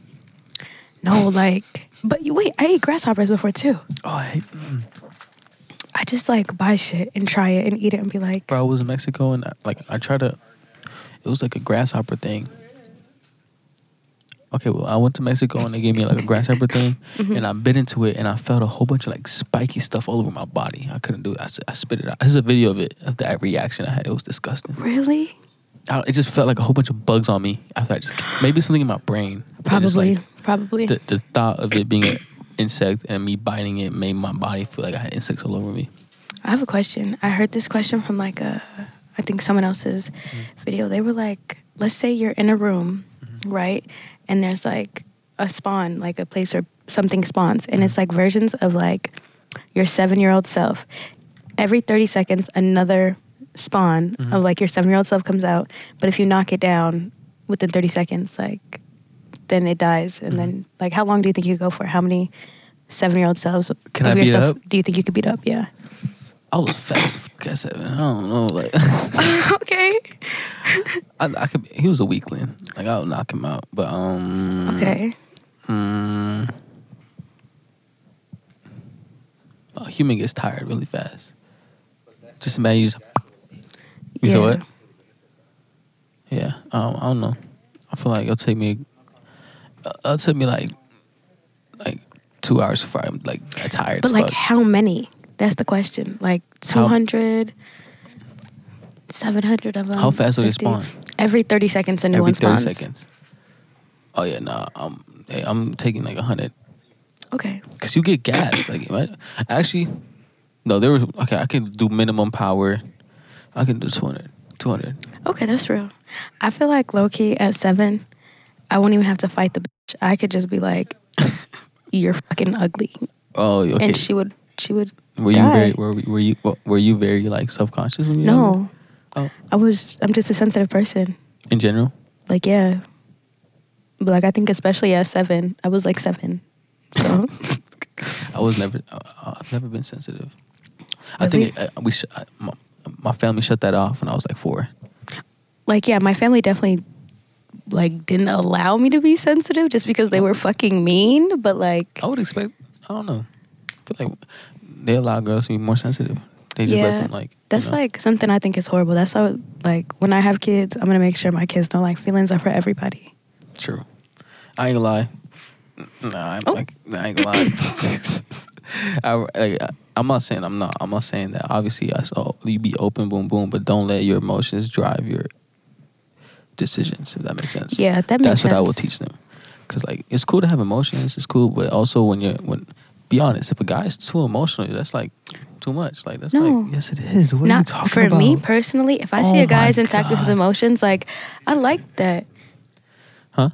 Speaker 3: No, like, but you wait. I ate grasshoppers before too.
Speaker 8: Oh, I hate,
Speaker 3: I just like buy shit and try it and eat it and be like,
Speaker 1: bro, I was in Mexico and uh, like I tried to. It was like a grasshopper thing. Okay, well, I went to Mexico and they gave me like a grasshopper thing, and I bit into it and I felt a whole bunch of like spiky stuff all over my body. I couldn't do it. I, s- I spit it out. There's a video of it of that reaction I had. It was disgusting.
Speaker 3: really?
Speaker 1: I don't, it just felt like a whole bunch of bugs on me. I thought just maybe something in my brain. but just,
Speaker 3: Probably,
Speaker 1: like,
Speaker 3: probably.
Speaker 1: the, the thought of it being an insect and me biting it made my body feel like I had insects all over me.
Speaker 3: I have a question. I heard this question from like a, I think someone else's
Speaker 1: Mm-hmm.
Speaker 3: video. They were like, let's say you're in a room, right? And there's like a spawn, like a place where something spawns, and
Speaker 1: Mm-hmm.
Speaker 3: it's like versions of like your seven year old self. Every 30 seconds, another spawn
Speaker 1: Mm-hmm.
Speaker 3: of like your seven year old self comes out. But if you knock it down within 30 seconds, like then it dies. And then,
Speaker 1: Mm-hmm.
Speaker 3: like, how long do you think you could go for? How many seven year old selves
Speaker 1: Can
Speaker 3: of
Speaker 1: I beat it
Speaker 3: yourself
Speaker 1: up?
Speaker 3: do you think you could beat up? Yeah.
Speaker 1: I was fast. I said, I don't know. Like
Speaker 3: [laughs]
Speaker 1: [laughs]
Speaker 3: okay.
Speaker 1: I, I could. He was a weakling. Like I would knock him out. But um.
Speaker 3: Okay.
Speaker 1: mm, a human gets tired really fast. Just imagine. You, just, you said
Speaker 3: Yeah.
Speaker 1: what? Yeah. Um, I don't know. I feel like it'll take me. uh, It'll take me like, like two hours before I'm like tired.
Speaker 3: But
Speaker 1: as
Speaker 3: like
Speaker 1: fuck.
Speaker 3: how many? That's the question. Like
Speaker 1: How-
Speaker 3: 200 700 of them.
Speaker 1: How fast do they
Speaker 3: 50.
Speaker 1: spawn?
Speaker 3: Every 30 seconds a new
Speaker 1: every
Speaker 3: one
Speaker 1: thirty
Speaker 3: spawns.
Speaker 1: seconds. Oh yeah, nah. I'm hey, I'm taking like a hundred
Speaker 3: Okay.
Speaker 1: because you get gas. like right? actually, no, there was okay. I can do minimum power. I can do 200. 200.
Speaker 3: Okay, that's real. I feel like low key at 7 I won't even have to fight the bitch. I could just be like you're fucking ugly
Speaker 1: Oh, okay.
Speaker 3: and she would she would
Speaker 1: were you very
Speaker 3: die.
Speaker 1: were, were you were you very like self conscious when you were younger?
Speaker 3: No.
Speaker 1: Oh.
Speaker 3: I was I'm just a sensitive person.
Speaker 1: in general?
Speaker 3: Like yeah. But like I think especially at 7 I was like 7.
Speaker 1: [laughs]
Speaker 3: So
Speaker 1: I was never I, I- I've never been sensitive. I think it, I, we sh- I, my, my family shut that off when I was like four.
Speaker 3: like yeah my family definitely like didn't allow me to be sensitive just because they were fucking mean but like
Speaker 1: I would expect. I don't know. I feel like they allow girls to be more sensitive. They just let
Speaker 3: Yeah,
Speaker 1: them like. you
Speaker 3: that's
Speaker 1: know.
Speaker 3: like something i think is horrible that's how like when i have kids i'm gonna make sure my kids know like feelings are for everybody
Speaker 1: True. I ain't gonna lie. Nah, I'm,
Speaker 3: Oh.
Speaker 1: like, I ain't gonna lie. [coughs] I, like, I'm not saying I'm not. I'm not saying that. Obviously, I saw you be open, boom, boom, but don't let your emotions drive your decisions. If that makes sense.
Speaker 3: yeah that
Speaker 1: That's
Speaker 3: makes sense
Speaker 1: what I will teach them. Cause like it's cool to have emotions. It's cool, but also when you're when be honest, if a guy is too emotional, that's like too much. Like that's
Speaker 3: No.
Speaker 1: like yes, it is. What are you
Speaker 3: not
Speaker 1: talking
Speaker 3: for
Speaker 1: about?
Speaker 3: me personally if i see
Speaker 1: Oh
Speaker 3: a guy
Speaker 1: my
Speaker 3: is intact with his
Speaker 1: God.
Speaker 3: emotions like i like that
Speaker 1: Huh?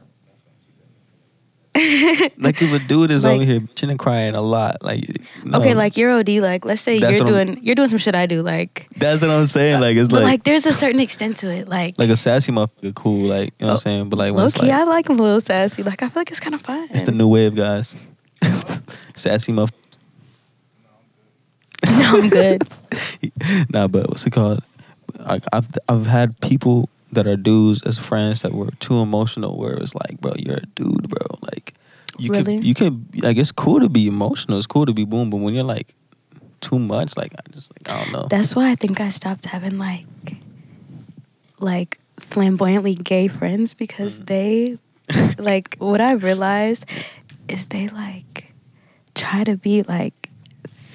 Speaker 1: like if a dude is
Speaker 3: Like-
Speaker 1: over here bitching and crying a lot, like no.
Speaker 3: okay like you're od like let's say
Speaker 1: That's
Speaker 3: you're
Speaker 1: what I'm-
Speaker 3: doing you're doing some shit i do like
Speaker 1: that's what I'm saying. Like it's
Speaker 3: but
Speaker 1: like
Speaker 3: like,
Speaker 1: like,
Speaker 3: there's a certain extent to it like
Speaker 1: a sassy motherfucker, cool. Like you know what I'm saying. But like when
Speaker 3: low
Speaker 1: it's
Speaker 3: key
Speaker 1: like
Speaker 3: Oh, i like him a little sassy like i feel like it's kind of fun
Speaker 1: it's the new wave, guys. [laughs] sassy motherfucker.
Speaker 3: [laughs] no i'm good
Speaker 1: [laughs] Nah, but what's it called? Like I've I've had people that are dudes as friends that were too emotional. Where it was like, bro, you're a dude, bro. Like you
Speaker 3: Really?
Speaker 1: can you can like it's cool to be emotional. It's cool to be boom, but when you're like too much, like I just like I don't know. [laughs]
Speaker 3: That's why I think I stopped having like like flamboyantly gay friends
Speaker 1: Mm.
Speaker 3: because they like what I realized is they like try to be like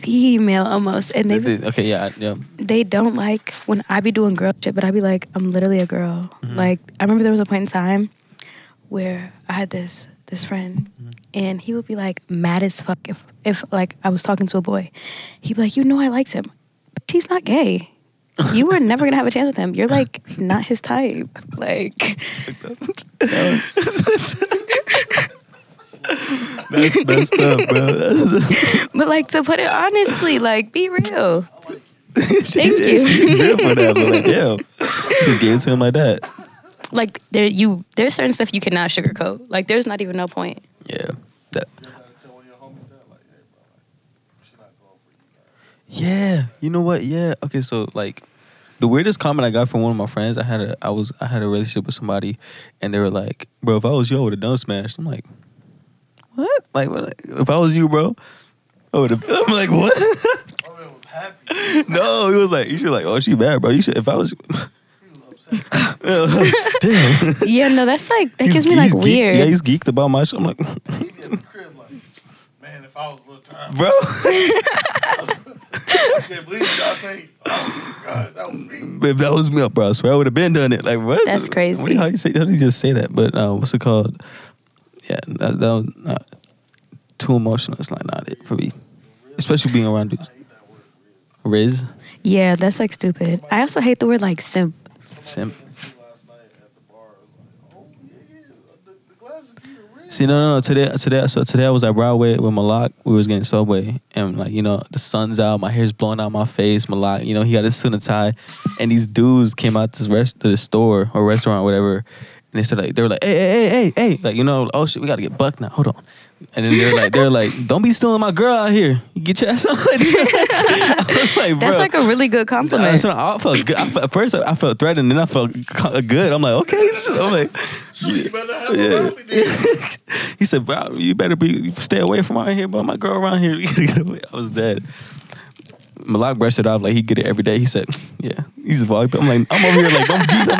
Speaker 3: female almost and they
Speaker 1: Th- th- okay, yeah, I- yeah.
Speaker 3: they don't like when I be doing girl shit, but I be like, I'm literally a girl.
Speaker 1: Mm-hmm.
Speaker 3: Like I remember there was a point in time where I had this this friend,
Speaker 1: Mm-hmm.
Speaker 3: and he would be like mad as fuck if if like I was talking to a boy, he'd be like, you know, I liked him, but he's not gay. You were never gonna have a chance with him. You're like not his type. Like [laughs]
Speaker 1: That's messed up, [laughs] bro.
Speaker 3: but like to put it honestly, like be real.
Speaker 1: Thank
Speaker 3: you.
Speaker 1: She's real for that, but like, damn, just gave it to him like that.
Speaker 3: Like there you there's certain stuff you cannot sugarcoat. Like there's not even no point.
Speaker 1: Yeah, that.
Speaker 4: Tell one of your homies that, like, hey, bro, like, she not going for you.
Speaker 1: Yeah, you know what? Yeah, okay. So like, the weirdest comment I got from one of my friends, I had a, I was, I had a relationship with somebody, and they were like, "Bro, if I was you, I would have done smash." I'm like, what? Like, what? If I was you, bro, I would have. [laughs] I'm like, what?
Speaker 4: My man Oh, was happy.
Speaker 1: no, he was like, you should like, oh, she bad, bro. You should. If I was, [laughs]
Speaker 4: He was upset.
Speaker 3: yeah, no, that's like that
Speaker 1: He's-
Speaker 3: gives me
Speaker 1: he's
Speaker 3: like
Speaker 1: geek-
Speaker 3: weird.
Speaker 1: Yeah, he's geeked about my shit. I'm like, [laughs]
Speaker 4: He be in the crib like, man, if I was a little time,
Speaker 1: bro, [laughs]
Speaker 4: I can't believe y'all say, oh my god, that would be.
Speaker 1: if that was me, bro, I swear I would have been done it. Like, what?
Speaker 3: That's crazy.
Speaker 1: What do you- how do you say? How do you just say that? But uh, what's it called? Yeah, that, that was not too emotional. It's like not it for me, especially being around dudes. Riz,
Speaker 3: yeah, that's like stupid. I also hate the word like simp.
Speaker 1: simp.
Speaker 4: Last night at the bar, I was like, oh yeah, yeah, the, the glasses get red.
Speaker 1: See, no, no, no. Today, today, so today I was at Broadway with Malak. We was getting Subway, and like you know, the sun's out, my hair's blowing out my face. Malak, you know, he got his suit and tie, and these dudes came out this rest to the store or restaurant, or whatever, and they said like they were like, hey, hey, hey, hey, hey, like you know, oh shit, we gotta get bucked now. Hold on. And then they're like, they're like, don't be stealing my girl out here. Get your ass out. [laughs] I was like,
Speaker 3: That's
Speaker 1: "Bruh."
Speaker 3: like a really good
Speaker 1: I,
Speaker 3: compliment.
Speaker 1: so I felt good. I felt, at first, I, I felt threatened, then I felt [laughs] co- good. I'm like, okay. shit. I'm like,
Speaker 4: So you better have
Speaker 1: Yeah. [laughs]
Speaker 4: a rally then.
Speaker 1: he said, bro, you better be stay away from out here, but my girl around here, [laughs] you gotta get away. I was dead. Malak brushed it off like he get it every day. He said, yeah, he's vlogged. I'm like, I'm over here like, don't beat.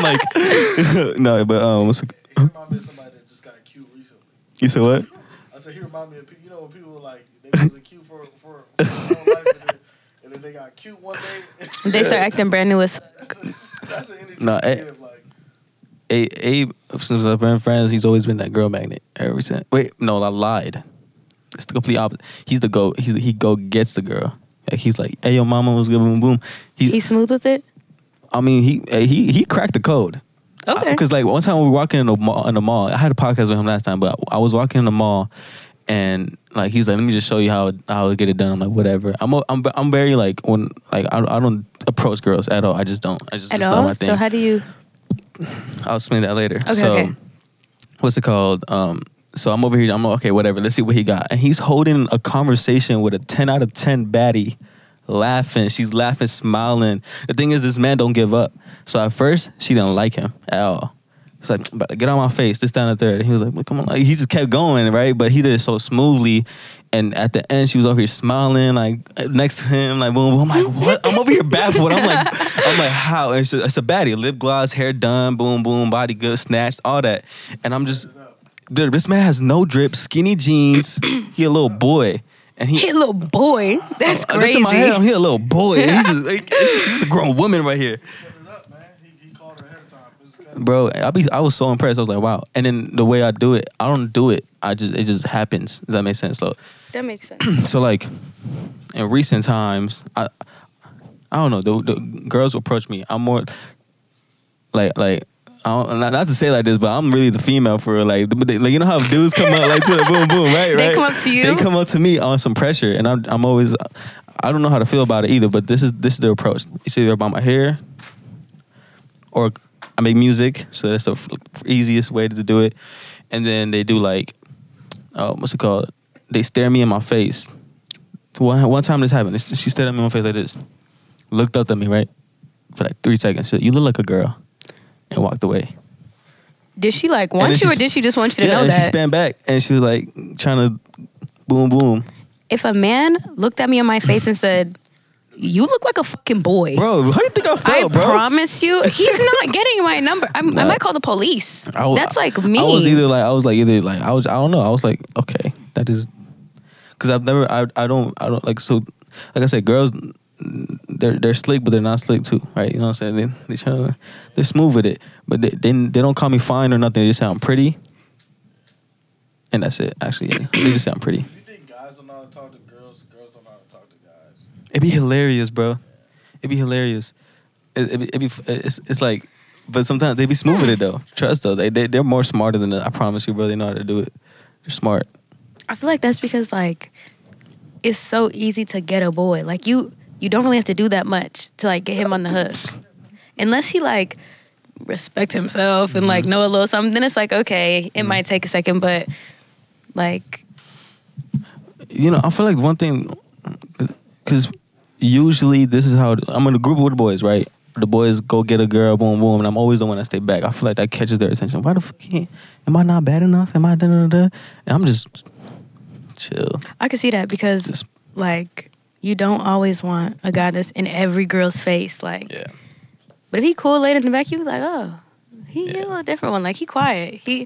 Speaker 1: I'm like, [laughs] no, but um, what's,
Speaker 4: He reminded me of somebody that just got cute recently.
Speaker 1: [laughs] you said what?
Speaker 4: I said he reminded me of people. You know when people were like they was cute for for, for their whole life, and then, and then they got cute one day. [laughs]
Speaker 3: they start acting brand new as
Speaker 4: that's, the, that's the energy.
Speaker 1: No,
Speaker 4: No,
Speaker 1: eh.
Speaker 4: give, like
Speaker 1: A- Abe, since I've been friends, he's always been that girl magnet ever since. Wait, no, I lied. It's the complete opposite. He's the go. He's, he go gets the girl. Like he's like, hey, your mama was good, boom, boom. He,
Speaker 3: he's smooth with it.
Speaker 1: I mean, he eh, he he cracked the code.
Speaker 3: Okay.
Speaker 1: Because like one time we were walking in the mall, in the mall. I had a podcast with him last time, but I was walking in the mall, and like he's like, "Let me just show you how how to get it done." I'm like, "Whatever." I'm a, I'm I'm very like when like I, I don't approach girls at all. I just don't. I just
Speaker 3: At
Speaker 1: it's not my
Speaker 3: all.
Speaker 1: thing.
Speaker 3: So how do you?
Speaker 1: I'll explain that later.
Speaker 3: Okay,
Speaker 1: so,
Speaker 3: okay.
Speaker 1: what's it called? Um, so I'm over here. I'm like, okay, whatever. Let's see what he got. And he's holding a conversation with a 10 out of 10 baddie, laughing. She's laughing, smiling. The thing is, this man don't give up. So at first, she didn't like him at all. She's like, "But get on my face, this, down the third. And he was like, well, come on. Like, he just kept going, right? But he did it so smoothly. And at the end, she was over here smiling, like next to him, like boom, boom. I'm like, what? I'm over here baffled. I'm like, I'm like, how? And it's, a, it's a baddie, lip gloss, hair done, boom, boom, body good, snatched, all that. And I'm just, dude, this man has no drip, skinny jeans. he a little boy, and he
Speaker 3: Hey, little boy. [laughs] That's
Speaker 1: uh, That's in
Speaker 3: crazy.
Speaker 1: my head. I'm here, a little boy. and He's
Speaker 3: [laughs]
Speaker 1: just, like, this is a grown woman right here,
Speaker 4: set it up, man. He, he called her ahead of time. This is kinda-
Speaker 1: bro. I be, I was so impressed. I was like, wow. And then the way I do it, I don't do it. I just, it just happens. Does that make sense? So,
Speaker 3: That makes sense.
Speaker 1: so like, in recent times, I, I don't know. The, the girls approach me. I'm more, like, like. I don't, not, not to say like this, but I'm really the female for real. like, but they, like you know how dudes come up like to the boom boom, right?
Speaker 3: [laughs] They
Speaker 1: right?
Speaker 3: come up to you?
Speaker 1: They come up to me on some pressure, and I'm I'm always, I don't know how to feel about it either. But this is this is their approach. It's either about my hair, or I make music, so that's the f- easiest way to do it. And then they do like, uh, what's it called? They stare me in my face. So One one time this happened. This- She stared at me in my face like this, looked up at me right for like three seconds. Said, "You look like a girl," and walked away.
Speaker 3: Did she like
Speaker 1: And
Speaker 3: want
Speaker 1: then
Speaker 3: you,
Speaker 1: she
Speaker 3: or did she just want you to
Speaker 1: Yeah,
Speaker 3: know
Speaker 1: and she
Speaker 3: that?
Speaker 1: span back and she was like trying to boom boom.
Speaker 3: if a man looked at me in my face and said, "You look like a fucking boy,"
Speaker 1: Bro, how do you think I
Speaker 3: I
Speaker 1: felt, bro?
Speaker 3: promise you, he's not getting my number. I'm, I
Speaker 1: Nah.
Speaker 3: might call the police.
Speaker 1: I wa-
Speaker 3: That's like me.
Speaker 1: I was either like I was like either like I was I don't know. I was like okay, that is because I've never I I don't I don't like so like I said girls they're they're slick but they're not slick too right you know what I'm saying they they try to, they're smooth with it but they, they they don't call me fine or nothing they just sound pretty and that's it actually yeah. they just sound pretty
Speaker 4: You think guys don't know how to talk to girls? Girls don't know how to talk to guys.
Speaker 1: It'd be hilarious, bro. It'd be hilarious. It, it'd, be, it'd be f- it's, it's like, but sometimes they be smooth with it though. Trust though, they, they they're more smarter than that. I promise you, bro. They know how to do it. They're smart.
Speaker 3: I feel like that's because like it's so easy to get a boy. Like you, you don't really have to do that much to like get him on the hook, unless he like respect himself and
Speaker 1: Mm-hmm.
Speaker 3: like know a little something. Then it's like okay, it might take a second, but like
Speaker 1: You know, I feel like one thing, because usually this is how I'm in a group with boys, right? The boys go get a girl, boom, boom, and I'm always the one that stay back. I feel like that catches their attention. Why the fuck can't? Am I not bad enough? Am I da da da? da? And I'm just Chill.
Speaker 3: I could see that because
Speaker 1: Just-
Speaker 3: like you don't always want a guy that's in every girl's face. Like,
Speaker 1: Yeah.
Speaker 3: but if he cool later in the back, you be like, oh, he, he
Speaker 1: Yeah.
Speaker 3: a little different one. Like he quiet. He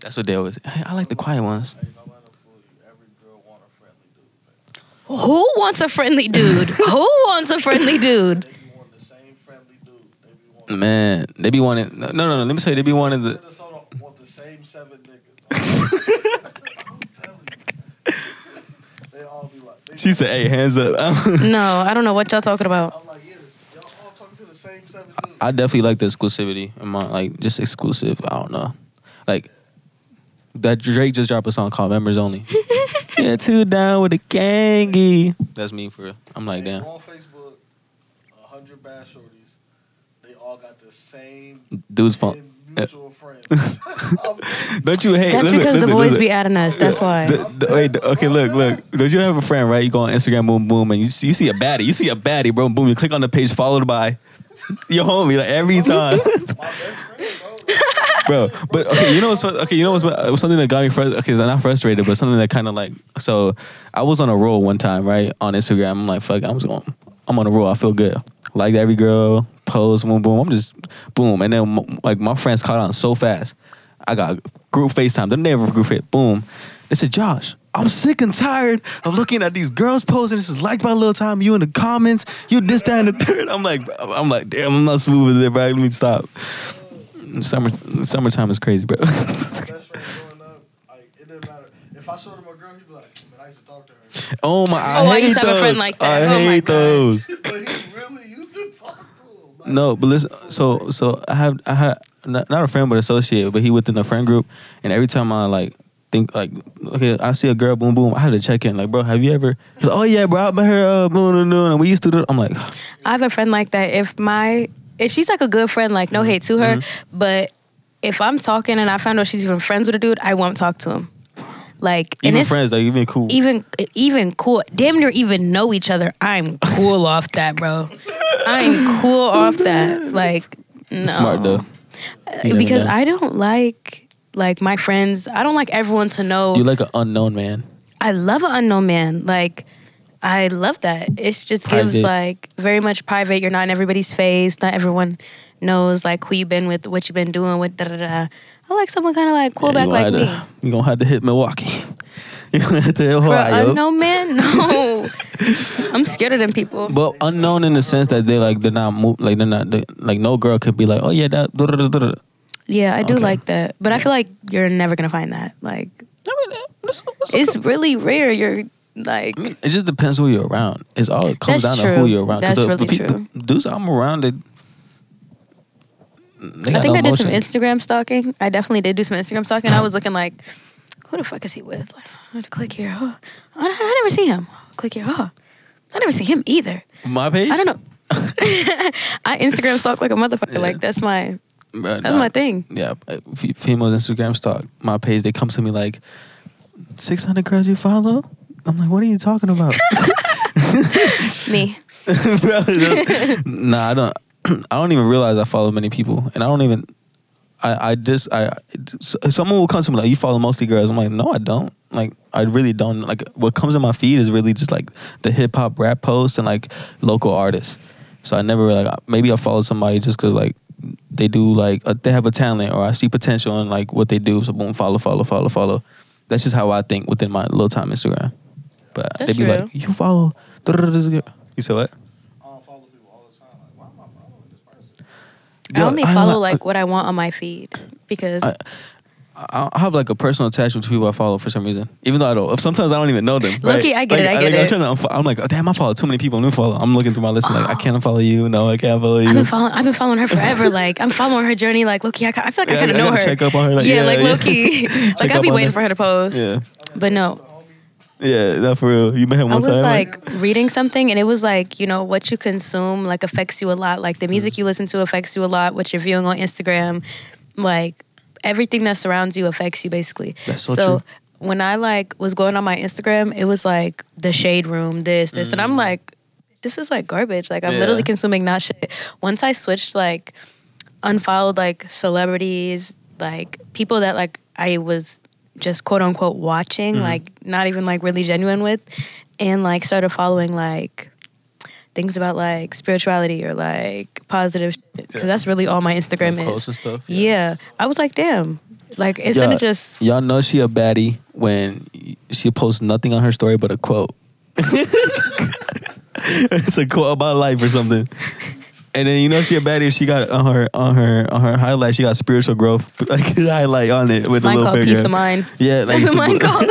Speaker 1: That's what they always. I, I like the quiet ones.
Speaker 3: who wants a
Speaker 1: [laughs]
Speaker 3: friendly dude? who wants a friendly dude?
Speaker 1: Man, they be wanting. No, no, no. Let me tell you, they be wanting the.
Speaker 6: Minnesota want the same seven niggas.
Speaker 1: [laughs]
Speaker 6: I'm telling you. They all be like, they,
Speaker 1: She said, "Hey, hands up." [laughs]
Speaker 3: No, I don't know what y'all talking about.
Speaker 6: I'm like, yeah, this, y'all all talking to the same seven dudes.
Speaker 1: I definitely like the exclusivity. in my like just exclusive. I don't know, like that Drake just dropped a song called "Members
Speaker 3: [laughs]
Speaker 1: Only." yeah, two down with the gangy. That's me for. real. I'm like,
Speaker 6: They
Speaker 1: damn.
Speaker 6: On Facebook, a hundred bad shorties. They all got the same
Speaker 1: Dude's phone.
Speaker 6: ten mutual friends. [laughs] I'm
Speaker 1: Don't you hate?
Speaker 3: That's
Speaker 1: listen,
Speaker 3: because the
Speaker 1: listen,
Speaker 3: boys
Speaker 1: listen.
Speaker 3: be adding us. That's why.
Speaker 1: The- the- wait, the- okay, look, look. Don't you have a friend, right? You go on Instagram, boom, boom, and you see, you see a baddie. You see a baddie, bro, boom. You click on the page, followed by your homie, like
Speaker 3: [laughs]
Speaker 1: every time,
Speaker 6: my best friend, bro.
Speaker 1: bro. But okay, you know what's fu- okay? You know what's uh, something that got me frustrated? Okay, it's not frustrated, but something that kind of like. So, I was on a roll one time, right, on Instagram. I'm like, fuck, I'm just going. I'm on a roll. I feel good. Like every girl, pose, boom, boom. I'm just boom, and then m- like my friends caught on so fast. I got group FaceTime. The neighbor group fit. Boom. They said, Josh, I'm sick and tired of looking at these girls posing. This is like by little time. You in the comments. You this, that, and the third. I'm like, I'm like, damn, I'm not smooth with it, bro. Let me stop. Summer, summertime is crazy, bro.
Speaker 6: My best friend growing up, like it didn't matter. If I showed him a girl, he'd be like, man, I used to talk to her.
Speaker 1: [laughs] oh my, I
Speaker 3: Oh,
Speaker 1: hate
Speaker 3: I used to
Speaker 1: those.
Speaker 3: have a friend like that.
Speaker 1: I
Speaker 3: Oh my
Speaker 1: hate [laughs]
Speaker 3: God.
Speaker 1: those.
Speaker 6: [laughs] But he really used to talk to him. Like,
Speaker 1: No, but listen. So, so I have, I had not, not a friend, but associate. But he within a friend group, and every time I like think like, okay, I see a girl, boom, boom, I had to check in. Like, bro, have you ever? He's like, oh yeah, bro, I met her, uh, boom, boom, boom, and we used to do. I'm like,
Speaker 3: I have a friend like that. If my if she's like a good friend, like
Speaker 1: Mm-hmm.
Speaker 3: no hate to her, but if I'm talking and I find out she's even friends with a dude, I won't talk to him. Like and
Speaker 1: even
Speaker 3: it's-
Speaker 1: friends, like even cool.
Speaker 3: even even cool, damn near even know each other. I'm cool off that, bro. I'm cool off that. Like no, Uh,
Speaker 1: Smart though. You never
Speaker 3: because
Speaker 1: know.
Speaker 3: I don't like like my friends. I don't like everyone to know.
Speaker 1: you like an unknown man.
Speaker 3: I love an unknown man. Like, I love that. It just gives
Speaker 1: Private.
Speaker 3: like very much private. You're not in everybody's face. Not everyone knows like who you've been with, what you've been doing with. Da da da. I like someone kind of like cool
Speaker 1: Yeah,
Speaker 3: back
Speaker 1: you
Speaker 3: like
Speaker 1: gonna [laughs]
Speaker 3: me.
Speaker 1: have to- You gonna have to hit Milwaukee. [laughs] You gonna have to hit
Speaker 3: For an
Speaker 1: Ohio.
Speaker 3: unknown
Speaker 1: [laughs]
Speaker 3: man, no. I'm scared of them people.
Speaker 1: But unknown in the sense that they like they're not move like they're not they, like no girl could be like oh yeah that. duh, duh, duh, duh, duh."
Speaker 3: Yeah, I do
Speaker 1: Okay.
Speaker 3: like that. But I feel like you're never gonna find that. Like, it's really rare. You're like,
Speaker 1: eh, I mean, it just depends who you're around. It's all it comes
Speaker 3: That's
Speaker 1: down to who
Speaker 3: true.
Speaker 1: you're around. 'Cause the-
Speaker 3: That's
Speaker 1: the
Speaker 3: really
Speaker 1: peop-
Speaker 3: true.
Speaker 1: the dudes I'm around, they, they
Speaker 3: I
Speaker 1: got
Speaker 3: think
Speaker 1: no
Speaker 3: I did some
Speaker 1: emotion.
Speaker 3: Instagram stalking. I definitely did do some Instagram stalking. I was looking like, who the fuck is he with? Like, I had to click here. Oh, I, I never see him. Click here. Oh, I never see him either.
Speaker 1: My page?
Speaker 3: I don't know. [laughs] I Instagram stalk like a motherfucker.
Speaker 1: Yeah.
Speaker 3: Like that's my
Speaker 1: Bruh,
Speaker 3: that's
Speaker 1: nah.
Speaker 3: my thing.
Speaker 1: Yeah, uh, f- females Instagram stalk my page. They come to me like, six hundred girls you follow. I'm like, what are you talking
Speaker 3: [laughs]
Speaker 1: about?
Speaker 3: Me.
Speaker 1: Bro, nah, I don't. [clears throat] I don't even realize I follow many people, and I don't even. I I just I s- someone will come to me like you follow mostly girls. I'm like no, I don't. Like I really don't. Like what comes in my feed is really just like the hip hop rap post and like local artists. So I never like maybe I follow somebody just because like they do like uh, they have a talent or I see potential in like what they do. So boom, follow, follow, follow, follow. That's just how I think within my little time Instagram. But
Speaker 3: That's
Speaker 1: they be
Speaker 3: real.
Speaker 1: like you follow. [laughs] this girl." You said what?
Speaker 6: I don't follow people all the time. Like, why am I following this person?
Speaker 3: I
Speaker 1: Yo,
Speaker 3: only
Speaker 1: I'm
Speaker 3: follow
Speaker 1: like-
Speaker 3: like what I want on my feed because
Speaker 1: I- I I have like a personal attachment to people I follow for some reason, even though I don't. Sometimes I don't even know them.
Speaker 3: Low-key,
Speaker 1: right?
Speaker 3: I get
Speaker 1: Like,
Speaker 3: it, I get
Speaker 1: like, I'm,
Speaker 3: it.
Speaker 1: trying to, unfo- I'm like, oh, damn, I follow too many people. I'm follow. I'm looking through my list. I'm like, I can't follow you. No, I can't follow you.
Speaker 3: I've been following I've been following her
Speaker 1: [laughs]
Speaker 3: forever. like I'm following her journey. Like Loki, I, ca- I feel like
Speaker 1: Yeah,
Speaker 3: I kind
Speaker 1: I
Speaker 3: of know
Speaker 1: gotta
Speaker 3: her.
Speaker 1: check up on her, like,
Speaker 3: yeah,
Speaker 1: yeah,
Speaker 3: like
Speaker 1: yeah.
Speaker 3: Loki. like
Speaker 1: [laughs] Check
Speaker 3: I'll be
Speaker 1: up on
Speaker 3: waiting
Speaker 1: her.
Speaker 3: for her to post.
Speaker 1: yeah,
Speaker 3: But no.
Speaker 1: yeah, not for real. You met him
Speaker 3: I
Speaker 1: one
Speaker 3: was
Speaker 1: time.
Speaker 3: like reading something, and it was like you know what you consume like affects you a lot. Like the
Speaker 1: Mm.
Speaker 3: music you listen to affects you a lot. What you're viewing on Instagram, like everything that surrounds you affects you basically.
Speaker 1: That's so true.
Speaker 3: when I like was going on my Instagram, it was like the shade room, this, this, and I'm like, this is like garbage. Like I'm
Speaker 1: Mm. Yeah.
Speaker 3: literally consuming not shit. Once I switched, like unfollowed like celebrities, like people that like I was just quote unquote watching,
Speaker 1: Mm-hmm.
Speaker 3: like not even like really genuine with, and like started following like things about like spirituality or like positive because that's really all my Instagram
Speaker 1: Quotes
Speaker 3: is.
Speaker 1: and stuff.
Speaker 3: Yeah. I was like, damn. Like instead
Speaker 1: Yeah.
Speaker 3: of just
Speaker 1: Y'all know she a baddie when she posts nothing on her story but a quote. [laughs] it's a quote about life or something. And then you know she a baddie. if She got on her on her on her highlight. She got spiritual growth [laughs] like highlight on it with a
Speaker 3: mine
Speaker 1: little
Speaker 3: called
Speaker 1: paragraph.
Speaker 3: peace of mind.
Speaker 1: Yeah, [laughs] like
Speaker 3: That's
Speaker 1: some-
Speaker 3: [laughs] mine called.
Speaker 6: We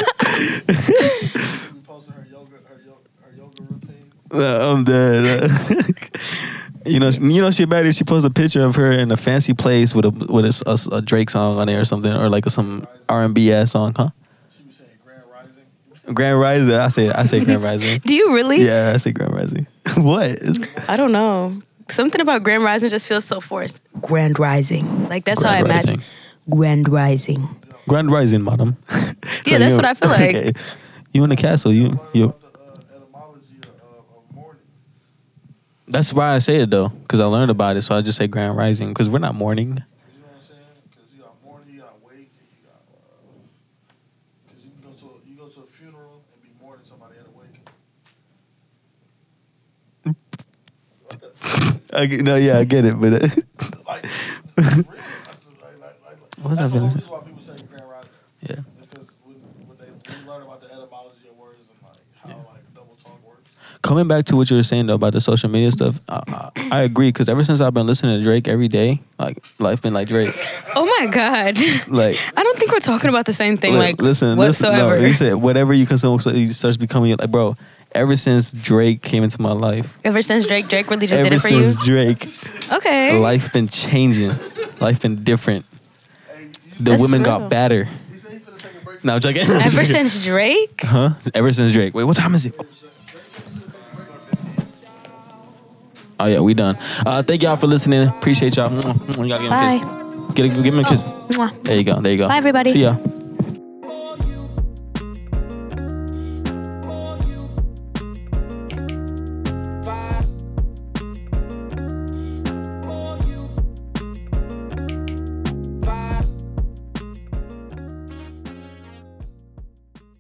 Speaker 6: posted her yoga, her yoga, her yoga routines.
Speaker 1: Uh, I'm dead. [laughs] you know, you know she a baddie. if She posted a picture of her in a fancy place with a with a, a- a Drake song on it or something, or like some R and B ass song, huh?
Speaker 6: She was saying Grand Rising.
Speaker 1: Grand Rising. I say I say Grand Rising.
Speaker 3: Do you really?
Speaker 1: Yeah, I say Grand Rising. [laughs] what? It's-
Speaker 3: I don't know. Something about Grand Rising just feels so forced. Grand Rising. Like that's
Speaker 1: Grand
Speaker 3: how I imagine.
Speaker 1: Rising.
Speaker 3: Grand Rising.
Speaker 1: Grand Rising, madam.
Speaker 3: [laughs]
Speaker 1: [laughs]
Speaker 3: Yeah, that's
Speaker 1: you-
Speaker 3: what I
Speaker 1: [laughs]
Speaker 3: feel like.
Speaker 1: You in the castle? You you.
Speaker 6: Learned about the uh, etymology of, of, of mourning.
Speaker 1: That's why I say it though, because I learned about it. So I just say Grand Rising, because we're not mourning.
Speaker 6: You know what I'm saying? Because you got mourning, you got wake, and you got. Because you can go to a, you go to a funeral and be mourning somebody at a wake.
Speaker 1: I get, no, yeah, I get it, but uh,
Speaker 6: Like,
Speaker 3: [laughs]
Speaker 6: it's real. That's the, like, like, like,
Speaker 1: What's
Speaker 6: that's
Speaker 1: up,
Speaker 6: the whole
Speaker 1: Vanessa?
Speaker 6: reason why people say Grand Rising.
Speaker 1: Yeah.
Speaker 6: It's because when, when they when you learn about the etymology of words and like how like double talk works.
Speaker 1: coming back to what you were saying though about the social media stuff, I, I, I agree. Because ever since I've been listening to Drake every day, like life been like Drake,
Speaker 3: Oh my God. [laughs]
Speaker 1: like.
Speaker 3: I don't think we're talking about the same thing.
Speaker 1: li-
Speaker 3: like
Speaker 1: listen,
Speaker 3: whatsoever.
Speaker 1: listen. No, you said whatever you consume, so it starts becoming your- like, bro. Ever since Drake came into my life,
Speaker 3: Ever since Drake, Drake really just
Speaker 1: ever
Speaker 3: did it for you.
Speaker 1: since Drake,
Speaker 3: Okay.
Speaker 1: life been changing. Life been different. The
Speaker 3: That's
Speaker 1: women
Speaker 3: real.
Speaker 1: got badder.
Speaker 6: He said he finna take a break.
Speaker 1: No, I'm joking. [laughs]
Speaker 3: Ever since Drake,
Speaker 1: huh? Ever since Drake. Wait, what time is it? Oh yeah, we done. Uh, thank y'all for listening. Appreciate y'all. Mwah, mwah. You gotta give
Speaker 3: bye.
Speaker 1: him a kiss. Get a, give him a kiss.
Speaker 3: Mwah.
Speaker 1: There you go. There you go.
Speaker 3: Bye, everybody.
Speaker 1: See y'all.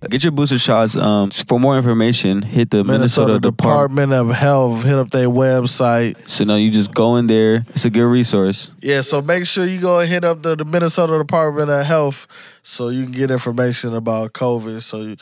Speaker 1: Get your booster shots. Um, for more information, hit the Minnesota,
Speaker 4: Minnesota
Speaker 1: Department.
Speaker 4: Department of Health. Hit up their website.
Speaker 1: So now you just go in there. It's a good resource.
Speaker 4: Yeah, so make sure you go and hit up the, the Minnesota Department of Health so you can get information about COVID so you,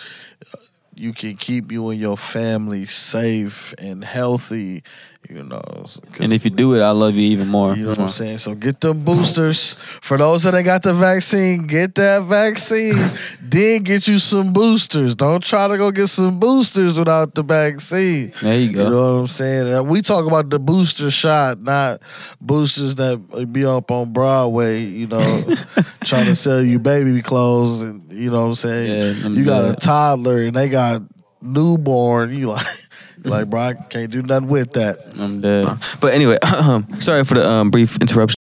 Speaker 4: you can keep you and your family safe and healthy, you know. 'cause-
Speaker 1: And if you do it, I love you even more.
Speaker 4: you know what I'm saying? So get them boosters. For those that ain't got the vaccine, get that vaccine. then get you some boosters. Don't try to go get some boosters without the vaccine.
Speaker 1: There you go.
Speaker 4: You know what I'm saying? And we talk about the booster shot, not boosters that be up on Broadway, you know, trying to sell you baby clothes and you know what I'm saying?
Speaker 1: Yeah,
Speaker 4: you got
Speaker 1: yeah.
Speaker 4: a toddler and they got newborn, you like like bro, I can't do nothing with
Speaker 1: [coughs]
Speaker 4: that.
Speaker 1: I'm dead. But anyway, sorry for the um, brief interruption.